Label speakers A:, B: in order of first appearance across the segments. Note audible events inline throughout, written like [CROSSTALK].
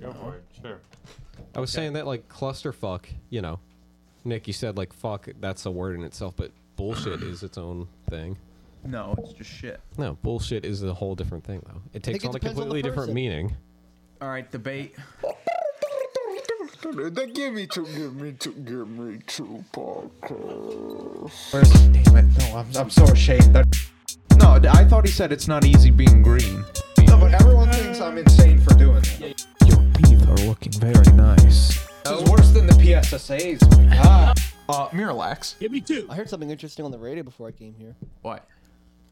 A: Go for it. Sure.
B: I was saying that like clusterfuck, you know. Nick, you said like fuck, that's a word in itself, but bullshit is its own thing.
C: No, it's just shit.
B: No, bullshit is a whole different thing though. It takes
D: it
B: on a
D: depends on the
B: completely different
D: person.
B: meaning.
C: All right, debate.
E: They give me two, give me two, give me two podcast.
D: Damn it. No, I'm, I'm so ashamed. That,
C: No, I thought he said it's not easy being green.
D: no, but everyone thinks I'm insane for doing it.
C: Your teeth are looking very nice.
D: This is worse than the PSSAs. Oh my God.
C: Uh, Miralax.
F: too.
G: I heard something interesting on the radio before I came here.
C: What?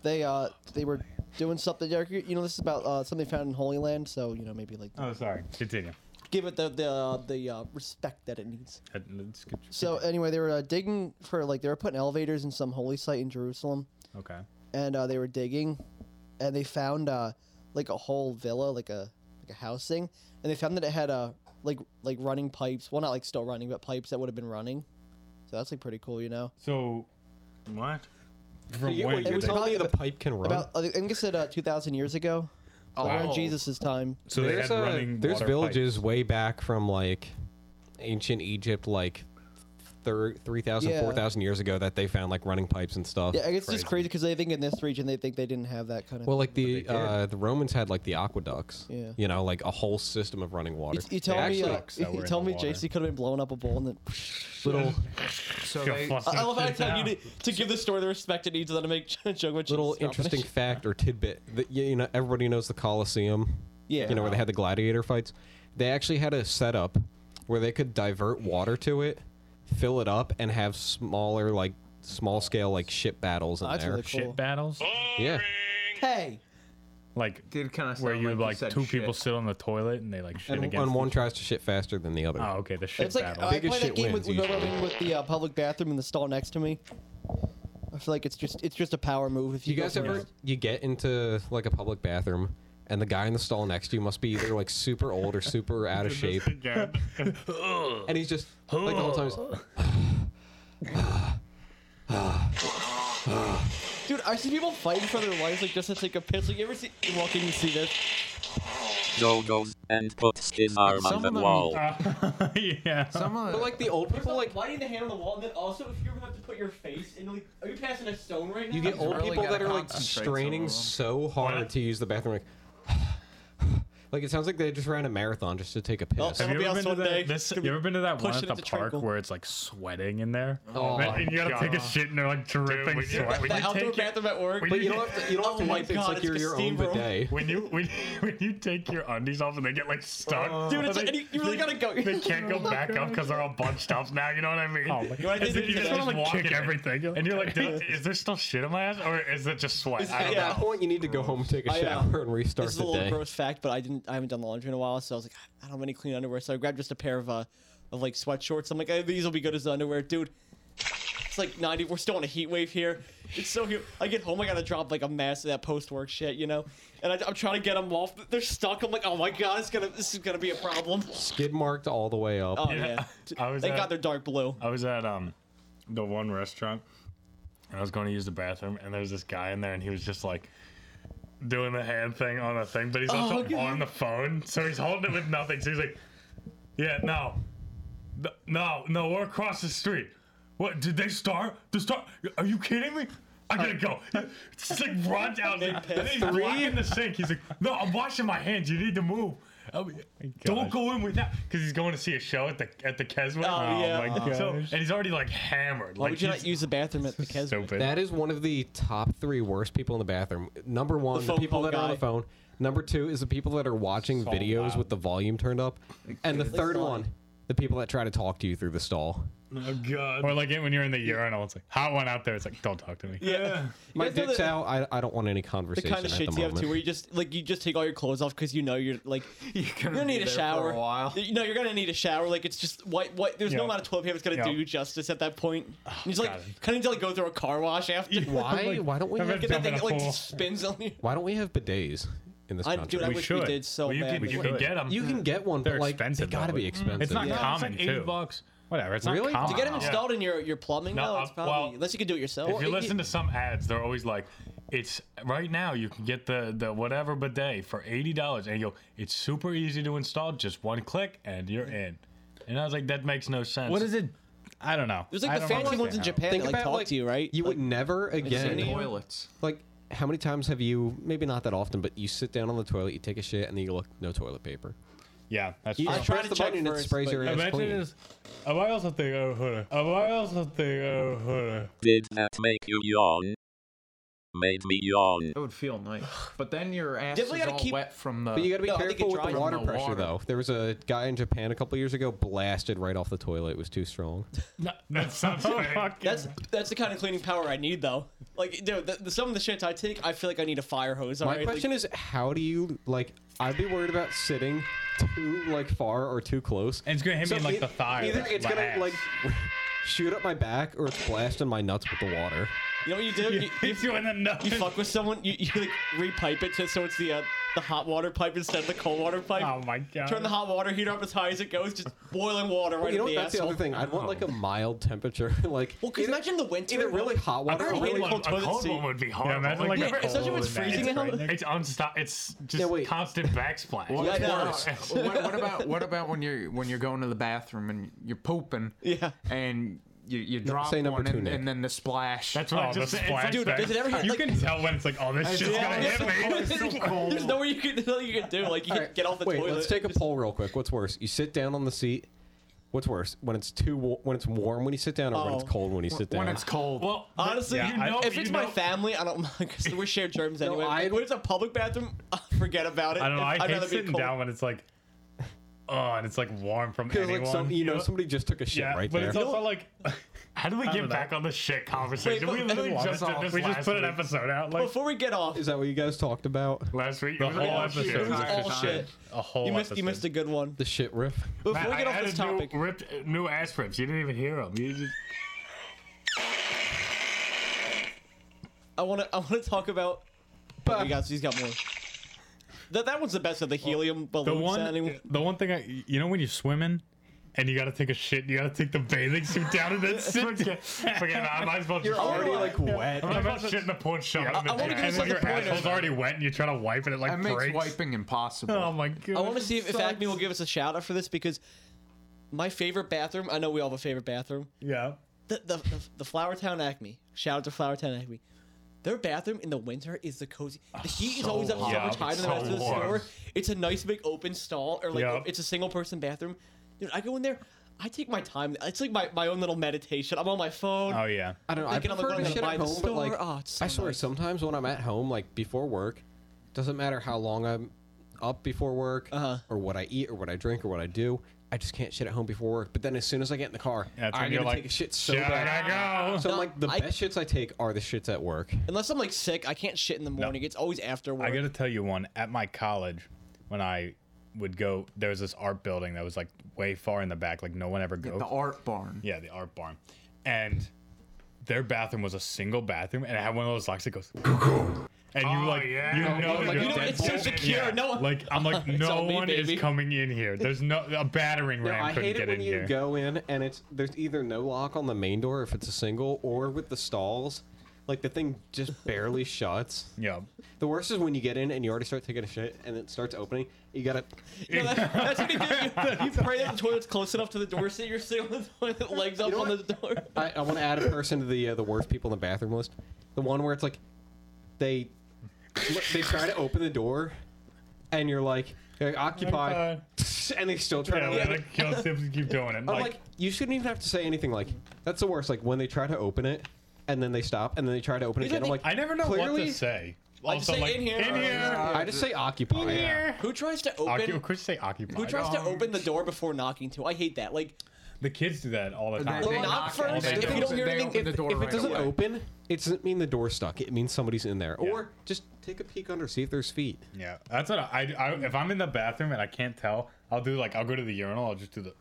G: They uh they were doing something. You know, this is about uh, something found in Holy Land, so you know maybe like
A: Oh, sorry. Continue.
G: give it the the uh, the uh, respect that it needs.
A: Uh, let's get-
G: So anyway, they were uh, digging for like they were putting elevators in some holy site in Jerusalem,
A: okay.
G: and uh, they were digging, and they found uh like a whole villa, like a like a house thing, and they found that it had uh, like like running pipes. Well, not like still running, but pipes that would have been running. So that's like pretty cool, you know.
A: So, what? From
B: You,
A: when
B: wait,
A: did
B: you're
A: they-
G: talking
B: telling me the
G: about-
B: pipe can run?
G: About I think I said uh, two thousand years ago, around Jesus' time.
A: so they had
B: uh,
A: running
B: there's
A: water
B: villages way back from like ancient Egypt, like thir- 3,000,
G: Yeah.
B: 4,000 years ago that they found like running pipes and stuff.
G: Yeah, I guess it's just crazy because they think in this region they think they didn't have that kind of.
B: Well, like the uh, the Romans had like the aqueducts.
G: Yeah.
B: You know, like a whole system of running water.
G: you, you tell me, uh,
A: sucks that
G: [LAUGHS]
A: we're
G: you
A: in
G: tell
A: the
G: me,
A: water.
G: JC could have been blowing up a bowl and then.
B: little
A: [LAUGHS]
C: So
A: pipe.
C: they,
A: Fuck
G: I I
A: that
G: love how I
A: shit
G: tell you
A: down.
G: to, to give the story the respect it needs, and then to make [LAUGHS] a joke about
B: little
G: Jesus dropping [LAUGHS]
B: interesting
G: it.
B: fact or tidbit that you you know everybody knows the Colosseum.
G: Yeah.
B: You know where they had the gladiator fights. They actually had a setup where they could divert water to it, fill it up, and have smaller like small scale like ship battles in
G: Oh, That's
B: there.
G: really
A: Shit
G: cool.
A: battles,
B: Yeah.
G: Hey,
A: like
C: did kind of
A: where you like, two people sit on the toilet and they like shit
B: And,
A: against.
B: and one
A: each-
B: tries to shit faster than the other.
A: Oh, okay, the shit
G: it's like
A: battle.
G: I
B: Biggest
G: play that
B: shit
G: game with,
B: wins
G: with-
B: usually.
G: with the uh, public bathroom in the stall next to me. I feel like it's just it's just a power move. If
B: Do
G: you,
B: you guys
G: go
B: ever
G: first.
B: you get into like a public bathroom and the guy in the stall next to you must be either like super old or super out of shape, and he's just like the whole time. he's-
G: dude, I see people fighting for their lives like just to take a piss. Like you ever see you walk in and see this?
H: goes and puts his arm
C: Some
H: on the
C: of them-
H: wall.
A: [LAUGHS] yeah.
C: Some of
B: But like the old people, like
G: lighting the hand on the wall, and then also if you ever have to put your face in, like, are you passing a stone right now?
B: You get
C: Sometimes you
B: old
C: really
B: people that
C: gotta
B: are like
C: concentrate some
B: straining
C: of 'em.
B: so hard to use the bathroom, like, [SIGHS] like it sounds like they just ran a marathon just to take a piss.
G: Oh,
A: Have you
G: Somebody
A: ever,
G: else
A: been to
G: one day
A: that, this,
G: could
A: you ever been to that one
G: pushing
A: at
G: it
A: the
G: to
A: park
G: trickle.
A: where it's like sweating in there?
B: Oh,
A: and you gotta take a shit and they're like dripping
H: when you-
A: sweat. [LAUGHS] When
G: The
A: you,
G: outdoor
A: take your,
G: bathroom at work.
A: when
B: but you don't have to. You don't have to
G: Oh my
B: wipe. it, It's
G: God,
B: like
G: it's
B: you're
G: the
B: your own
G: steam room.
B: bidet.
A: when you [LAUGHS] when you, when you take your undies off and they get like stuck,
G: Dude, [LAUGHS] it's-
A: they,
G: and you- you really gotta
A: they-
G: go. [LAUGHS]
A: They can't go back up because they're all bunched up now. You know what I mean? [LAUGHS] Oh,
G: know what I did
A: you
G: the
A: just
G: other
A: want to
G: day?
A: like kick everything, and you're like, [LAUGHS] "Dude, is there still shit in my ass, or is it just sweat? I don't
B: At
G: yeah.
B: that point, you need to go home, take a
G: I, uh,
B: [LAUGHS] shower, and restart
G: This is a
B: the
G: little
B: day.
G: gross fact, but I didn't. I haven't done laundry in a while, so I was like, I don't have any clean underwear, so I grabbed just a pair of uh, of like sweatshorts. I'm like, "Eh, these will be good as underwear, dude. It's like 90. We're still on a heat wave here. It's so humid. I get home, I gotta drop like a mass of that post work shit, you know. And I, I'm trying to get them off. They're stuck. I'm like, oh my god, it's gonna. This is gonna be a
A: [LAUGHS]
G: problem.
B: Skid marked all the way up.
G: Oh
A: Yeah.
G: yeah.
A: I was
G: They
A: at-
G: got their dark blue.
A: I was at um the one restaurant and I was going to use the bathroom and there was this guy in there and he was just like doing the hand thing on the thing, but he's also
G: God.
A: on the phone, so he's holding it with nothing. So he's like, "Yeah, no, Th- no, no, we're across the street. What did they start? The start? Are you kidding me?" I gotta go. It's just like runs out. Like, and then he's blocking the sink. He's like, "No, I'm washing my hands. You need to move. Oh, Don't go in without." Because he's going to see a show at the at the Keswick.
G: Oh, yeah.
A: my
G: Oh.
A: so, and he's already like hammered.
G: Why
A: Like
G: would you not
A: he's
G: use the bathroom at the Keswick?
A: stupid.
B: That is one of the top three worst people in the bathroom. Number one, the,
G: phone
B: people
G: call
B: that are on
G: guy.
B: the phone. Number two is the people that are watching videos with the volume turned up. And the third one, the people that try to talk to you through the stall.
A: oh
F: [LAUGHS]
A: god. Or like when you're in the urinal, it's like hot one out there. It's like don't talk to me.
G: Yeah.
B: My
G: You guys know
B: dick's
G: the-
B: out. I, I don't want any
G: the
B: conversation
G: kind of
B: at
G: shits
B: the
G: you have
B: moment.
G: too, where you just like you just take all your clothes off because you know you're like you're
C: gonna be
G: need a
C: there for a
G: shower.
C: while.
G: You know you're gonna need a shower. Like it's just what what there's no
A: Yeah.
G: amount of toilet paper that's gonna
A: Yeah.
G: do you justice at that point. And it's like
A: God.
G: kind of need to like go through a car wash after.
B: Why? why don't we?
A: I've
B: Have,
A: been
G: Get that
A: jumping
G: thing
A: in
G: like
A: a pool.
G: spins on you.
B: why don't we have bidets in this
G: I-
B: country?
G: dude, I
A: We
G: wish we
A: should.
G: did so
A: Well, you
G: bad.
A: Can, you
G: We
A: can
G: should.
A: get them.
B: you can get one, but
A: They're
B: like they
A: expensive, though,
B: gotta be
A: like-
B: expensive.
A: It's not
G: Yeah.
A: common
I: It's like 80
A: too.
I: bucks.
F: Whatever. It's not
B: Really?
F: common.
B: To
G: To get them
F: knowledge.
G: installed in your, your plumbing,
A: No,
G: though, it's
A: uh,
G: probably
A: well,
G: unless you can do it yourself.
A: If you listen to some ads, they're always like, "It's right now. You can get the the whatever bidet for eighty dollars." And you go, "It's super easy to install. Just one click, and you're in." And I was like, "That makes no sense."
F: What is it? I don't know.
G: There's
F: I
G: like the
F: don't
G: fancy ones in
F: understand
G: Japan that like talk to you, right?
B: You
G: Like,
B: would never
G: seen
B: again.
G: it.
C: Toilets.
B: Like, how many times have you? Maybe not that often, but you sit down on the toilet, you take a shit, and then you look, no toilet paper.
F: how- Yeah, that's
B: You
F: true.
G: I
B: just
G: tried
B: press
G: to
B: the
G: check
B: button and it
G: first,
B: sprays
G: but-
B: your ass
F: Imagine
B: clean.
F: is. Am I also think oh hold on. Am I also think oh hold
G: [LAUGHS]
F: on.
H: Did that make you yawn? Made me yawn.
C: That would feel nice. But then your ass
G: Definitely
C: is
G: gotta
C: all
G: keep-
C: wet from the.
B: But you got to be
G: No, I think
B: careful
G: it
B: with
G: dries
B: the water
C: from the
B: pressure,
C: water.
B: though. There was a guy in Japan a couple years ago blasted right off the toilet. It was too strong.
A: that sounds fake.
F: Fuck.
G: That's that's the kind of cleaning power I need, though. Like, dude, the, the, some of the shits I take, I feel like I need a fire hose.
B: My
G: alright? Like,
B: question is, how do you like? I'd be worried about sitting too like far or too close. e-,
F: And it's gonna hit me in like the thigh.
B: Either
F: like,
B: it's
F: my
B: gonna
F: ass.
B: like [LAUGHS] shoot up my back or it's blasting my nuts with the water.
G: you know what you do? You, you,
F: hits [LAUGHS] you in the nose.
G: you fuck with someone, you, you like repipe it to, so it's the uh, the hot water pipe instead of the cold water pipe.
F: Oh my god.
G: Turn the hot water heater up as high as it goes, just boiling water right
B: you know
G: up
B: what?
G: the
B: That's
G: asshole.
B: the other thing. I'd want like a mild temperature. [LAUGHS] like
G: Well, 'cause
B: either-
G: imagine the winter.
B: either really hot water
A: A
B: or
G: already
A: cold
B: really
G: hate
A: one,
G: cold
A: a
G: toilet
A: cold
G: seat.
A: one would be
F: Yeah,
A: horrible.
F: imagine like
A: Like,
F: a
G: Yeah, especially when
F: cold
G: it's
F: and that [LAUGHS]
G: freezing
F: hits
G: out.
F: right next-
A: it's unstop. It's just
B: Yeah, wait.
A: constant backsplash.
C: What's
G: Yeah, no.
C: worse? what, what about what about when you're when you're going to the bathroom and you're pooping?
G: Yeah.
C: And you, you drop
B: say number
C: one
B: two,
C: and,
B: Nick.
C: and then the splash.
A: That's what I
F: Oh,
A: just
F: the
A: said. It's like,
F: splash
A: dude,
F: back.
G: does it ever hit,
F: You
G: like-
F: can tell when it's like, oh, this shit's gonna
G: Yeah,
F: hit
G: [LAUGHS]
F: me.
G: it's so cold. There's nowhere you can, nothing you can do. Like, you can get off the
B: Wait,
G: toilet.
B: let's take a
G: Just-
B: poll real quick. What's worse? You sit down on the seat. What's worse? When it's too wa- when it's warm when you sit down, or when it's
G: Oh.
B: cold when you sit down?
C: when
B: [LAUGHS]
C: it's cold.
A: Well,
G: [LAUGHS] Honestly,
F: Yeah,
A: you
F: I-
A: know,
G: if it's
A: you
G: my
A: know-
G: family, I don't mind because we're shared germs anyway.
B: I-
G: But when it's a public bathroom, [LAUGHS] forget about it.
F: I don't know.
G: If-
F: I
G: I'd
F: hate
G: rather be
F: sitting
G: cold.
F: down when it's like, oh, and it's like warm from
B: Because
F: anyone.
B: like some, you know,
F: Yeah.
B: somebody just took a shit
F: yeah,
B: right
F: but
B: there.
F: it's also like
A: How do we
F: don't
A: get
F: know.
A: back on the shit conversation?
G: Wait,
A: we
G: but-
A: literally
G: but-
A: just did this
F: we just
A: last
F: put an
A: week.
F: episode out like
G: Before we get off,
B: Is that what you guys talked about?
A: Last week,
F: the
A: it was all
F: whole
A: shit.
F: episode.
G: It was
F: just
G: all shit.
F: A whole
G: you missed,
F: episode.
G: you missed a good one.
B: The shit riff.
G: Before
A: Matt,
G: we get
A: I
G: off
A: added
G: this topic,
A: New, ripped new ass rips. You didn't even hear them. You just,
G: I want to I want to talk
A: [LAUGHS]
G: about. Oh, he got, he's got more. That, that one's the best of the helium
F: the
G: balloon
F: one,
G: sounding.
F: the one thing I, you know, when you swim in and you gotta take a shit, you gotta take the bathing suit down and then sit.
A: forget, forget that. I might as well just.
B: like wet.
A: I might as well shit in a porn shop.
F: I-
A: in the
G: I wanna
A: day.
G: give
F: And
G: us,
F: then
G: like,
F: your
G: a pointer.
F: asshole's already wet and you try to wipe and it like
C: that makes
F: breaks.
C: wiping impossible.
F: Oh my god!
G: I want to see if, if Acme will give us a shout out for this because my favorite bathroom. I know we all have a favorite bathroom.
F: Yeah.
G: The the the, the Flower Town Acme. Shout out to Flower Town Acme. Their bathroom in the winter is the cozy. The heat is always up so
A: Yeah,
G: much higher than the
A: so
G: rest of the
A: warm.
G: store. It's a nice big open stall, or like
F: Yeah.
G: it's a single person bathroom. Dude, I go in there. I take my time. It's like my, my own little meditation. I'm on my phone.
F: Oh yeah.
B: I don't know. I
G: Thinking I'm
B: prefer
G: like,
B: to
G: what
B: shit
G: am I
B: at
G: gonna
B: home,
G: buy
B: but
G: at the
B: like,
G: store? Oh, it's so
B: I swear,
G: nice.
B: sometimes when I'm at home, like before work, doesn't matter how long I'm up before work,
G: Uh-huh.
B: or what I eat, or what I drink, or what I do. I just can't shit at home before work. But then as soon as I get in the car,
F: That's when
B: I'm
F: you're
B: gonna
F: like,
B: take a shit so
F: "Shit, I
G: Ah.
B: bad.
F: gotta go."
B: So
G: No,
B: like the
G: I-
B: best shits I take are the shits at work.
G: Unless I'm like sick, I can't shit in the morning. It's always after work.
F: I gotta tell you one. At my college, when I would go, there was this art building that was like way far in the back, like no one ever go.
C: The art barn.
F: yeah, the art barn, Oh. and their bathroom was a single bathroom, and it had one of those locks that goes. And you
A: Oh,
F: like,
A: yeah.
F: you know,
A: Like
F: that
A: a
G: you know,
F: you're-
G: it's so
A: Deadpool.
G: secure.
A: Yeah.
G: No,
F: like I'm
A: [LAUGHS]
F: like, no
G: on me,
F: one
G: baby.
F: is coming in here. There's no a battering ram
B: I
F: couldn't
B: hate
F: get
B: it when
F: in
B: you
F: here.
B: go in and it's there's either no lock on the main door if it's a single, or with the stalls, like the thing just [LAUGHS] barely shuts.
F: Yeah,
B: The worst is when you get in and you already start taking a shit and it starts opening. You gotta.
G: You know, that- that's what you [LAUGHS] do. You, you pray that the toilet's close enough to the door, so you're sitting on the toilet, legs up on the door.
B: I, I want to add a person to the uh, the worst people in the bathroom list. The one where it's like, they they try to open the door, and you're like, they're occupied, [LAUGHS] and they still try
F: yeah,
B: to.
F: like, like, kill tips and keep doing it.
B: I'm
F: Like,
B: like, you shouldn't even have to say anything. Like, that's the worst. Like when they try to open it, and then they stop, and then they try to open it
G: These are
B: again. I'm
G: the-
B: like,
F: I never know what
B: clearly-
F: to say.
G: I just
F: Also,
G: say,
F: like,
G: "In here."
F: in here.
B: I just say occupy.
G: [LAUGHS] Who tries to
F: Occu-
G: open?
F: could say occupied. Oh.
G: Who tries to open the door before knocking too? I hate that. Like,
F: The kids do that all the
C: They-
F: time.
C: they
G: knock first,
C: and they
F: if you
C: open-
G: don't hear
C: they
G: anything,
C: open the
B: If,
C: door
B: if
C: right
B: it doesn't
C: away.
B: open, it doesn't mean the door's stuck. It means somebody's in there.
F: Yeah.
B: Or just take a peek under, see if there's feet.
F: Yeah, that's what I, I, I- If I'm in the bathroom and I can't tell, I'll do like I'll go to the urinal. I'll just do the.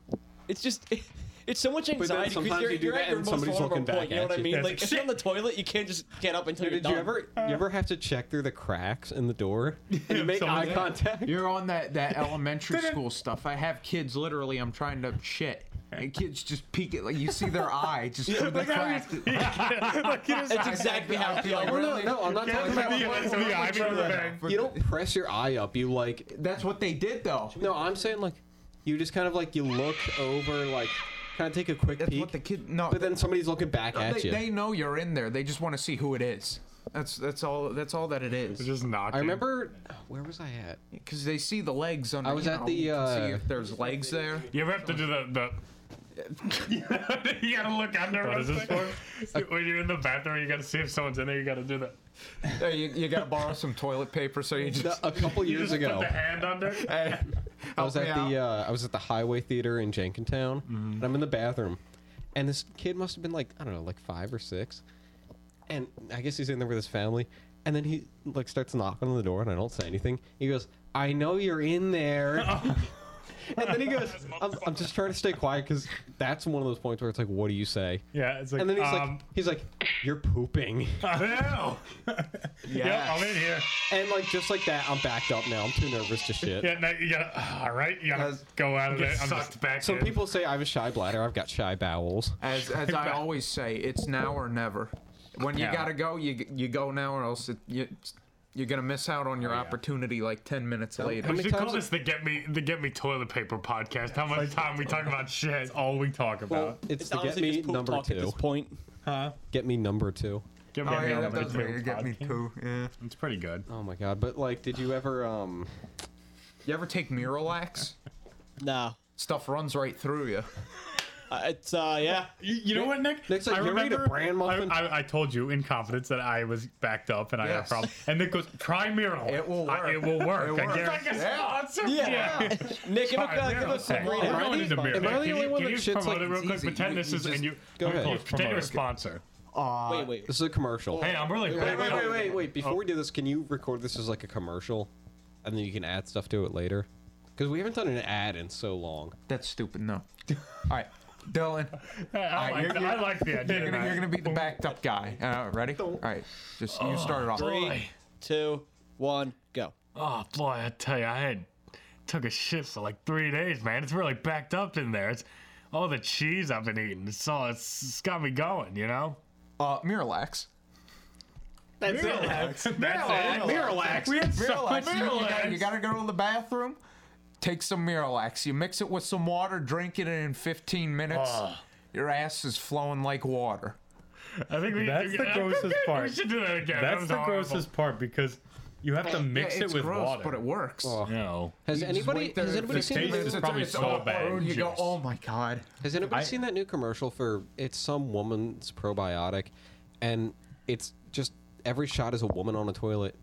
G: it's just. [LAUGHS] It's so much anxiety because
B: sometimes
G: you're,
B: you do
G: you're
B: that
G: at your
B: and
G: most
B: somebody's
G: vulnerable
B: looking back
G: point. You know
B: at
G: what I
B: you.
G: mean?
F: Yeah, it's
G: Like,
F: like,
G: if you're on the
F: "Shit."
G: toilet, you can't just get up until you're
B: Did
G: done.
B: you ever you ever have to check through the cracks in the door and make
F: someone's
B: eye
F: there.
B: contact?
C: You're on that, that elementary school stuff. I have kids literally, I'm trying to shit.
I: and kids just peek it like you see their eye just through the crack.
G: That's exactly how
I: I'd be
G: it
I: like,
G: felt.
B: No,
I: really?
B: no, I'm not talking about. You don't press your eye up. You like
I: That's what they did though.
B: No, I'm saying like you just kind of like you look over, like kind of take a quick
I: That's
B: peek.
I: what the kid. No,
B: but then somebody's looking back
I: they,
B: at you.
I: they know you're in there. They just want to see who it is. That's that's all. That's all that it is.
A: Just knocking.
B: I remember where was I at?
I: Because they see the legs under.
B: I was
I: you
B: at
I: know,
B: the,
I: you can See
B: uh,
I: if there's legs there.
A: You ever have to do the the. [LAUGHS] you gotta look under. What is this for? when you're in the bathroom, you gotta see if someone's in there. You gotta do that.
I: Hey, you, you gotta borrow some toilet paper so you just.
B: A couple
A: You
B: years
A: just
B: ago,
A: put the hand under.
I: Hey,
B: I was at the uh, I was at the Highway Theater in Jenkintown,
A: Mm-hmm.
B: and I'm in the bathroom, and this kid must have been like I don't know, like five or six, and I guess he's in there with his family, and then he like starts knocking on the door, and I don't say anything. He goes, "I know you're in
A: [LAUGHS]
B: there." [LAUGHS] And then he goes, I'm, I'm just trying to stay quiet because that's one of those points where it's like, what do you say?
A: Yeah, it's like.
B: And then he's
A: um,
B: like, he's like, you're
A: [LAUGHS]
B: pooping,
A: Ew. Yep, I'm in here.
B: and like just like that, I'm backed up now. I'm too nervous to shit.
A: Yeah, no, you gotta. [SIGHS] All right, you gotta
I: Yes.
A: go out of there. I'm
I: sucked
A: just back.
B: Some
A: in.
B: people say I have a shy bladder. I've got shy bowels.
I: As, as I always say, it's now or never. When you
F: Yeah.
I: gotta go, you you go now, or else it, you you're gonna miss out on your opportunity like ten minutes later.
B: how
A: We
B: many
A: should call
B: times-
A: this the get me the get me toilet paper podcast. How much time we talk about shit? It's all we talk about.
B: It's,
G: It's
B: the get
G: honestly
B: me
G: just poop
B: number
G: talk at
B: two.
G: this point.
B: Get me number two.
A: Get
I: Oh,
A: me
I: yeah,
A: another
I: that does
A: toilet
I: get me
A: podcast.
I: too. Yeah.
A: It's pretty good.
B: Oh my god! But like, did you ever um?
I: You ever take Miralax?
G: No.
I: Stuff runs right through you.
G: Uh, it's uh yeah.
A: You, you know what, Nick?
B: Next time,
A: I
B: you ever eat a
A: remember
B: bran muffin?
A: I, I, I told you in confidence that I was backed up and I had a
I: Yes.
A: problem. And Nick goes, "Try Mural.
I: It will
A: I- it
I: work.
A: will work.
I: It
A: I
I: works.
A: guarantee. It's
I: Yeah.
A: like a sponsor.
G: Yeah. [LAUGHS] Nick, give a,
A: Alright,
G: give
A: Mural,
G: us some
A: hey,
G: green.
A: We're going into
B: Am
A: Mural.
B: I the
A: Can you-
B: only one
A: can
B: that
A: you just
B: shits
A: promote
B: like-
A: it real
I: it's
A: quick?
I: easy.
A: Pretend
I: You-
A: this
I: you
A: is and
I: just-
A: you
B: Go ahead.
A: you- pretend you're a
F: Promote it.
A: sponsor.
G: Wait, wait.
B: This is a commercial.
A: Hey, Oh. I'm really
B: wait, wait, wait, wait, wait! Before we do this, can you record this as like a commercial, and then you can add stuff to it later? Because we haven't done an ad in so long.
I: That's stupid. No. All right,
A: [LAUGHS]
I: Dylan.
A: Oh I,
I: Alright,
A: like,
I: you're-
A: the- I like the idea.
I: You're gonna, you're gonna be the backed up guy. Uh, ready? All right, just you start it off.
G: Three, two, one, go.
A: Oh boy, I tell you, I had took a shit for like three days, man. It's really backed up in there. It's all the cheese I've been eating. It's all it's, it's got me going, you know.
I: Uh, Miralax.
A: That's Miralax. it. That's it.
I: Miralax. We had
A: so
I: Miralax.
A: much
I: You, you gotta, you
A: Miralax.
I: gotta go to the bathroom. Take some Miralax. You mix it with some water. Drink it in 15 minutes. Your ass is flowing like water.
A: I think we.
F: That's the grossest
A: [LAUGHS]
F: part.
A: We should do that again. that
F: That's
A: was
F: the
A: horrible.
F: grossest part because you have to mix
I: Yeah,
F: it with
I: gross,
F: water.
I: but it works.
F: no.
B: Has
I: You just
B: anybody
I: wait there
B: has
I: for
B: anybody
I: 15
B: seen
F: taste
B: the-
F: is
I: minutes,
F: probably
I: it's
F: so
I: all
F: bad
I: over,
F: and
I: You go,
F: juice.
I: oh my god.
B: Has anybody
F: I-
B: seen that new commercial for it's some woman's probiotic, and it's just every shot is a woman on a toilet,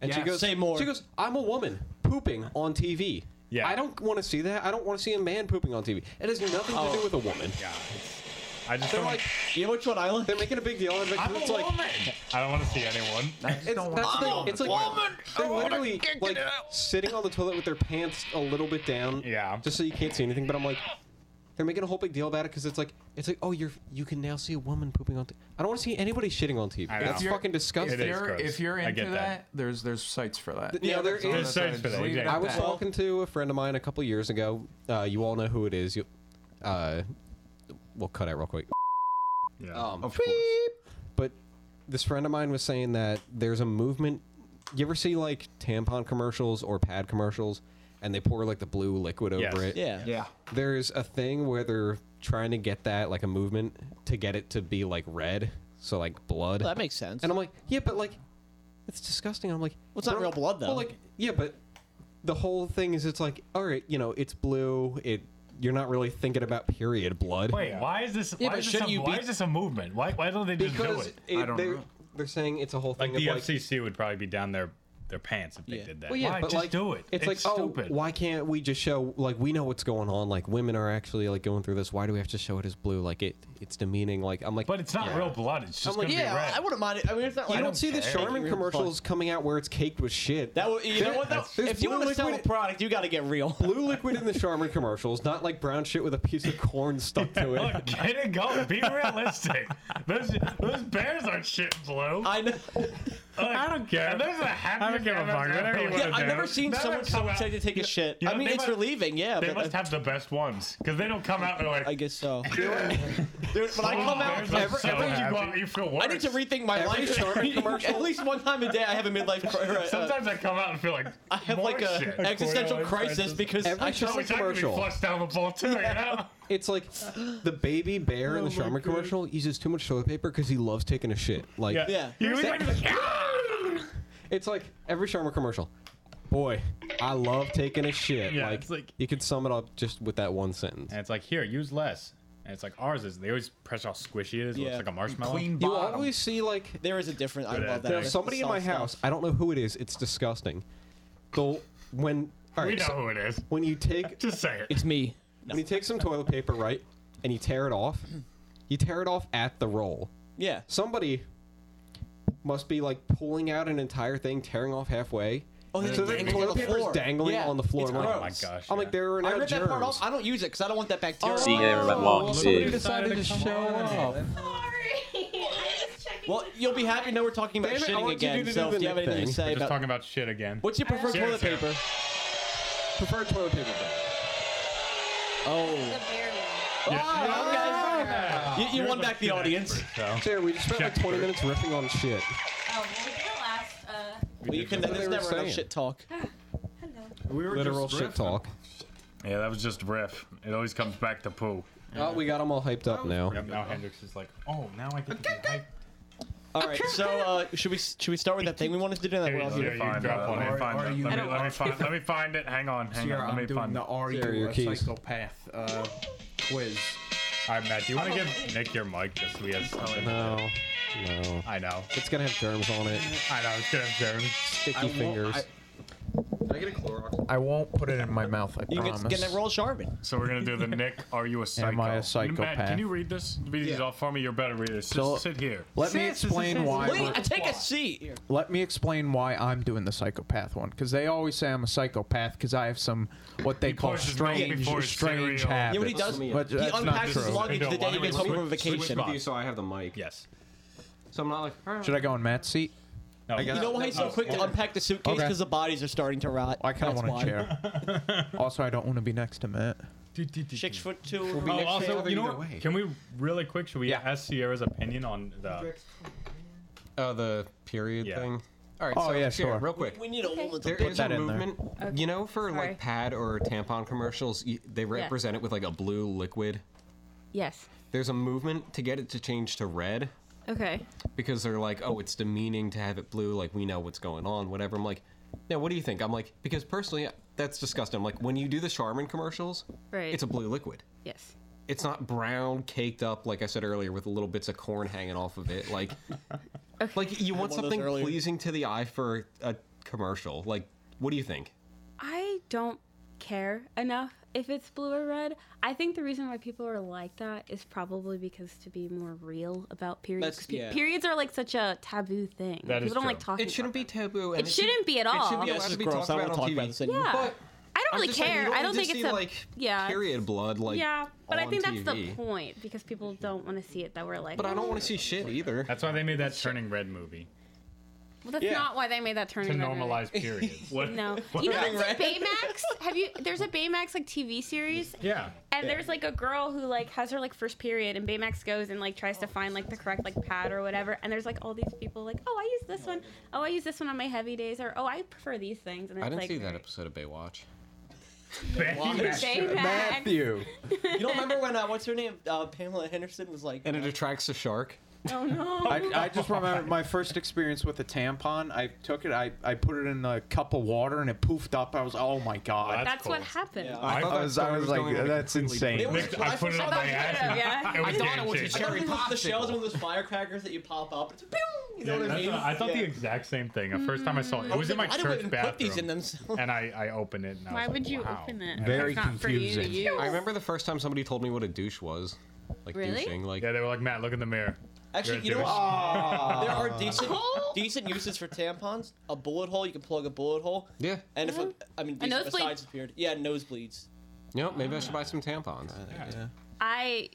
B: and she
I: Yeah,
B: goes,
G: say more.
B: She goes, I'm a woman pooping on TV.
F: Yeah.
B: I don't want to see that. I don't want to see a man pooping on TV. It has nothing to do with a woman.
F: Yeah, it's- I just
B: They're
F: don't.
B: like
G: You know which one I like?
B: they're making a big deal out of it. 'cause
A: I'm
B: it's
A: a
B: like
A: woman. I don't want to see anyone.
B: it's, that's the- it's like they're literally like sitting on the toilet with their pants a little bit down.
F: Yeah.
B: Just so you can't see anything. But I'm like, they're making a whole big deal about it because it's like, it's like, oh, you're you can now see a woman pooping on. T- I don't want to see anybody shitting on TV.
F: I know.
B: That's
F: If you're-
B: fucking
I: If
F: It
B: disgusting.
F: is
I: you're,
F: gross.
I: if you're
F: I
I: into
F: get
I: that,
F: that.
I: there's there's sites for that.
B: Yeah, there
I: So
B: is.
I: that's
F: sites
I: why
F: for that,
I: just leave it
F: exactly.
I: at
B: I was
I: that.
B: talking to a friend of mine a couple years ago. Uh, you all know who it is. You, uh, we'll cut it real quick.
A: Yeah.
B: Um,
I: Of course.
B: but this friend of mine was saying that there's a movement. You ever see like tampon commercials or pad commercials, and they pour like the blue liquid over
F: Yes.
B: it?
G: Yeah.
I: Yeah.
B: There's a thing where they're trying to get that like a movement to get it to be like red, so like blood.
G: That makes sense.
B: and I'm like, yeah, but like, it's disgusting. I'm like,
G: it's not
B: bro-
G: real blood, though.
B: Well, like, yeah, but the whole thing is, it's like, all right, you know, it's blue. It you're not really thinking about period blood.
A: Wait, why is this? Why,
G: but
A: is this, a,
G: shouldn't you
A: why
G: be-
A: is this a movement? Why, why don't they just do
B: because
A: it?
B: it-
I: I don't
B: they're,
I: know.
B: they're saying it's a whole thing
F: like the
B: of like
F: FCC would probably be down their their pants if they
G: Yeah.
F: did that.
B: Well, yeah,
A: Why?
B: but
A: Just
B: like,
A: do it.
B: It's,
A: It's
B: like,
A: stupid.
B: oh, why can't we just show like we know what's going on? Like women are actually like going through this. Why do we have to show it as blue? Like it, it's demeaning. Like I'm like,
A: But it's not
B: yeah.
A: real blood. It's just
B: like,
A: gonna be
G: yeah,
A: red.
G: I wouldn't mind it. I mean, it's not
B: You
G: like
B: don't, see the Charmin
G: Real
B: commercials
G: blood.
B: coming out where it's caked with shit.
G: That would, you know what though?
B: There's
G: If you
B: blue
G: want to sell a
B: liquid-
G: product, you got to get real.
B: blue liquid in the Charmin commercials, not like brown shit with a piece of corn stuck to it.
A: Look, [LAUGHS]
B: [LAUGHS]
G: [LAUGHS]
A: get it going. Be realistic. Those those bears aren't shit blue.
G: I know.
A: I don't care. There's a happy
F: I don't give a fuck. Whatever you
G: Yeah,
F: wanna
G: I've
F: do.
G: never seen
A: Now
G: someone
A: they come
G: so
A: out-
G: excited to take a shit.
A: You know,
G: I mean,
A: they
G: it's
A: must-
G: relieving, yeah,
A: They
G: but
A: must
G: uh,
A: have the best ones because they don't come out and like.
G: I guess so. Dude, when I come out,
A: Every,
G: every-
A: so
G: every-
A: happy. you go out, you feel worse.
G: I need to rethink my
B: Every
G: life.
B: Charmin commercial?
G: [LAUGHS] At least one time a day, I have a midlife. cri- or, uh,
A: Sometimes I come out and feel like
G: I have
A: more
G: like a
A: shit.
G: existential
F: Aquarius
G: crisis
F: crisis.
G: because
B: Every
G: I
A: I
B: Charmin
A: wish I could be
B: commercial.
A: flushed down the ball too. You know?
B: It's like the baby bear
G: Oh
B: in the Charmin commercial uses too much toilet paper because he loves taking a shit. Like,
G: Yeah.
A: You leave it like,
F: "Ah!"
B: it's like every Charmin commercial. Boy, I love taking a shit.
F: Yeah,
B: like,
F: it's like-
B: you could sum it up just with that one sentence.
F: And it's like, here, use less. And it's like ours is they always press how squishy it is. It
G: Yeah.
F: looks like a marshmallow.
C: Clean
B: You
C: bottom.
B: always see like
G: there is a difference. I love that.
B: there's
G: It's
B: somebody in
G: soft
B: my
G: stuff.
B: house. I don't know who it is. It's disgusting. They'll when all
A: we
B: right,
A: know
B: so
A: who it is.
B: when you take
A: Just say it.
G: It's
B: [LAUGHS]
G: me.
B: when you take some toilet paper right and you tear it off, you tear it off at the roll.
G: Yeah.
B: Somebody must be like pulling out an entire thing, tearing off halfway.
G: Oh, yeah,
B: so
G: they
B: the
G: dangle on
B: toilet
G: the
B: paper's
G: floor.
B: dangling
G: Yeah,
B: on the floor.
G: it's
B: I'm like,
F: Oh my
G: gross.
F: gosh.
B: I'm like,
F: yeah.
B: there are
G: I
B: now
G: read that part
B: germs.
G: off. I don't use it because I don't want that bacteria.
H: Sierra
G: [LAUGHS]
H: walks
B: Somebody
H: in.
B: decided to show up.
G: Well, you'll be happy to know we're talking about
B: Damn it, I
G: shitting
B: want you to
G: again.
B: do
G: So
B: the
G: if you have
B: Nick
G: anything to
B: thing.
G: say
F: Just
G: about
F: talking about shit again.
G: what's your preferred toilet
A: Seriously.
G: paper?
B: Prefer toilet paper.
G: Oh, oh, okay. You, you won back the audience.
F: [LAUGHS] So
B: Sarah, we just spent like 20 minutes riffing on shit.
G: Well, you can.
B: That's what
G: There's
B: they were
G: never enough
B: saying.
G: shit talk.
F: we were
B: Literal shit talk.
A: Yeah, that was just riff. It always comes back to poo.
B: Oh, we got them all hyped up now.
F: Now Hendrix is like, oh, now I can.
G: All right. So uh, should we should we start with that thing we wanted to do? That we're all
A: Let
G: here.
A: me find
F: drop
A: it.
F: one
A: Let me
F: in.
A: find
I: Or- or
A: it.
I: you-
A: Let me- let me find- Let me find it. Hang on. Hang
I: Here,
A: on. Let me
I: I'm doing
A: find
I: the
A: it.
I: Are
B: Here are
I: You
B: your
I: a
B: keys.
I: Psychopath uh, quiz.
F: All right, Matt, do you want to give Nick your mic just so we have
I: Oh,
F: something?
B: No, no.
F: I know.
B: It's gonna have germs on it.
F: I know. It's gonna have germs.
I: I
B: Sticky
I: won't-
B: fingers.
I: I-
B: Can I get a Clorox?
I: I won't put it in my mouth. I
G: You
I: promise.
G: can get that roll Charmin.
A: So we're
F: [LAUGHS]
A: gonna do the Nick. Are you a psycho?
I: Am I a
A: Matt,
I: psychopath?
A: can you read this? Read these off for me. You're a better reader. Sit,
I: So-
A: sit here.
I: Let me explain why.
G: Wait,
I: we're-
G: take a seat.
I: Let me explain why I'm doing the psychopath one, because they always say I'm a psychopath because I have some what they call
A: pushes milk
I: strange,
A: before it's
I: strange
A: cereal.
I: habits.
G: You know what he does?
I: But
G: he
I: that's not
G: unpacks his
I: true.
G: luggage
A: I
G: the day
A: know,
G: he
A: why
G: gets
A: would
G: home
A: we-
G: from vacation.
A: Switch
B: You so I have the mic.
F: Yes.
B: So I'm not like. all right.
I: Should I go in Matt's seat?
F: No. I
G: You know why he's
B: Oh,
G: so quick to unpack the suitcase?
I: Okay.
G: Because the bodies are starting to rot.
I: I kind of
G: That's
I: want
G: why.
I: a chair.
G: [LAUGHS]
I: also, I don't want to be next to Matt.
G: Six foot 2
F: Oh,
B: next
F: also,
B: time
F: you know
B: either
F: what?
B: way.
F: Can we really quick? Should we
I: Yeah.
F: ask Sierra's opinion on the?
B: Oh, the period
F: Yeah.
B: thing.
F: thing?
B: All right.
I: Oh,
B: so
I: yeah,
B: here,
I: sure.
B: Real quick.
G: We need a woman to
B: There
G: put
B: is
I: that
B: a
I: in there.
B: movement, you know, for
J: sorry.
B: like pad or tampon commercials, you, they represent it with like a blue liquid.
J: Yes.
B: There's a movement to get it to change to red
J: Okay.
B: because they're like, oh, it's demeaning to have it blue. Like we know what's going on, whatever. I'm like, now what do you think? I'm like, because personally, that's disgusting. I'm like, when you do the Charmin commercials,
J: Right.
B: it's a blue liquid.
J: yes.
B: It's not brown, caked up, like I said earlier, with little bits of corn hanging off of it.
G: [LAUGHS]
B: Like, like you want
G: one of those
B: something
G: earlier.
B: pleasing to the eye for a commercial. Like, what do you think?
J: I don't care enough if it's blue or red. I think the reason why people are like that is probably because to be more real about periods.
G: That's-
J: 'cause pe-
G: yeah.
J: Periods are like such a taboo thing.
F: That
J: people
F: is
J: don't like
F: true.
J: talking.
B: It shouldn't be
J: about
B: taboo.
J: It shouldn't be at all.
G: Yeah,
B: allowed
G: this
B: to
G: is
B: be
G: gross.
B: talked
G: I don't
B: about
G: want to
B: on TV.
G: talk about this anymore.
J: that. Yeah.
B: But
J: I don't
B: I'm
J: really
B: just saying, you
J: care. I don't
B: wanna
J: think
B: just
J: it's
B: see,
J: a
B: like
J: yeah. it's-
B: period blood like
J: Yeah, but I
B: on
J: think that's the
B: TV.
J: point because people don't want to see it that we're like.
B: But I
J: "Oh."
B: don't want to see shit either.
F: That's why they made that Turning Red movie
J: Well, that's not why they made that turn
F: to
J: into red. [LAUGHS]
F: normalize periods.
A: What?
J: No,
I: [LAUGHS]
J: you know there's a Baymax. Have you? There's a Baymax like TV series,
F: Yeah.
J: and there's like a girl who like has her like first period, and Baymax goes and like tries to find like the correct like pad or whatever, and there's like all these people like, oh, I use this one, oh, I use this one on my heavy days, or oh, I prefer these things, and it's
B: I didn't
J: like
B: see that episode of Baywatch.
A: Baymax.
J: Baymax.
G: [LAUGHS] You don't remember when uh, what's her name? Uh, Pamela Henderson was like. uh,
B: And it attracts a shark.
J: Oh no.
I: [LAUGHS] I, I just remember my first experience with a tampon. I took it, I, I put it in a cup of water, and it poofed up. I was, oh my god.
J: that's what happened.
G: Yeah.
I: I,
B: thought
I: was,
B: that
I: I
B: story
I: was
B: was
I: like,
B: going, like,
I: that's insane.
G: It was-
A: I put it on
G: Oh,
A: my ass.
J: [LAUGHS] Yeah.
A: It was
J: I
A: game
B: was a
A: shit.
G: I thought
B: cherry
G: it was the
B: popsicle.
G: shells of those firecrackers that you pop up. It's a pew! You know
F: Yeah,
G: what I
F: that's
G: mean?
F: what- I thought
G: Yeah.
F: the exact same thing. The first time I saw it, it
J: Mm-hmm.
F: was in my
G: Why do
F: church
G: women
F: bathroom,
G: put these in themselves?
F: and I, I opened it. And I
J: Why
F: was
J: would
F: like,
J: you
F: wow.
J: open it?
I: Very
J: It's not for you to
I: confusing.
J: use.
B: I remember the first time somebody told me what a douche was. Like
J: Really?
B: douching. Like
F: Yeah, they were like, Matt, look in the mirror.
G: Actually,
F: You're
G: you know
F: Jewish.
G: what? there are
A: Ah.
G: decent decent uses for tampons. A bullet hole, you can plug a bullet hole.
B: Yeah.
G: And if a, I mean, decent,
J: nosebleed.
G: besides appeared, yeah, nosebleeds.
B: You know, maybe I should buy some tampons.
J: I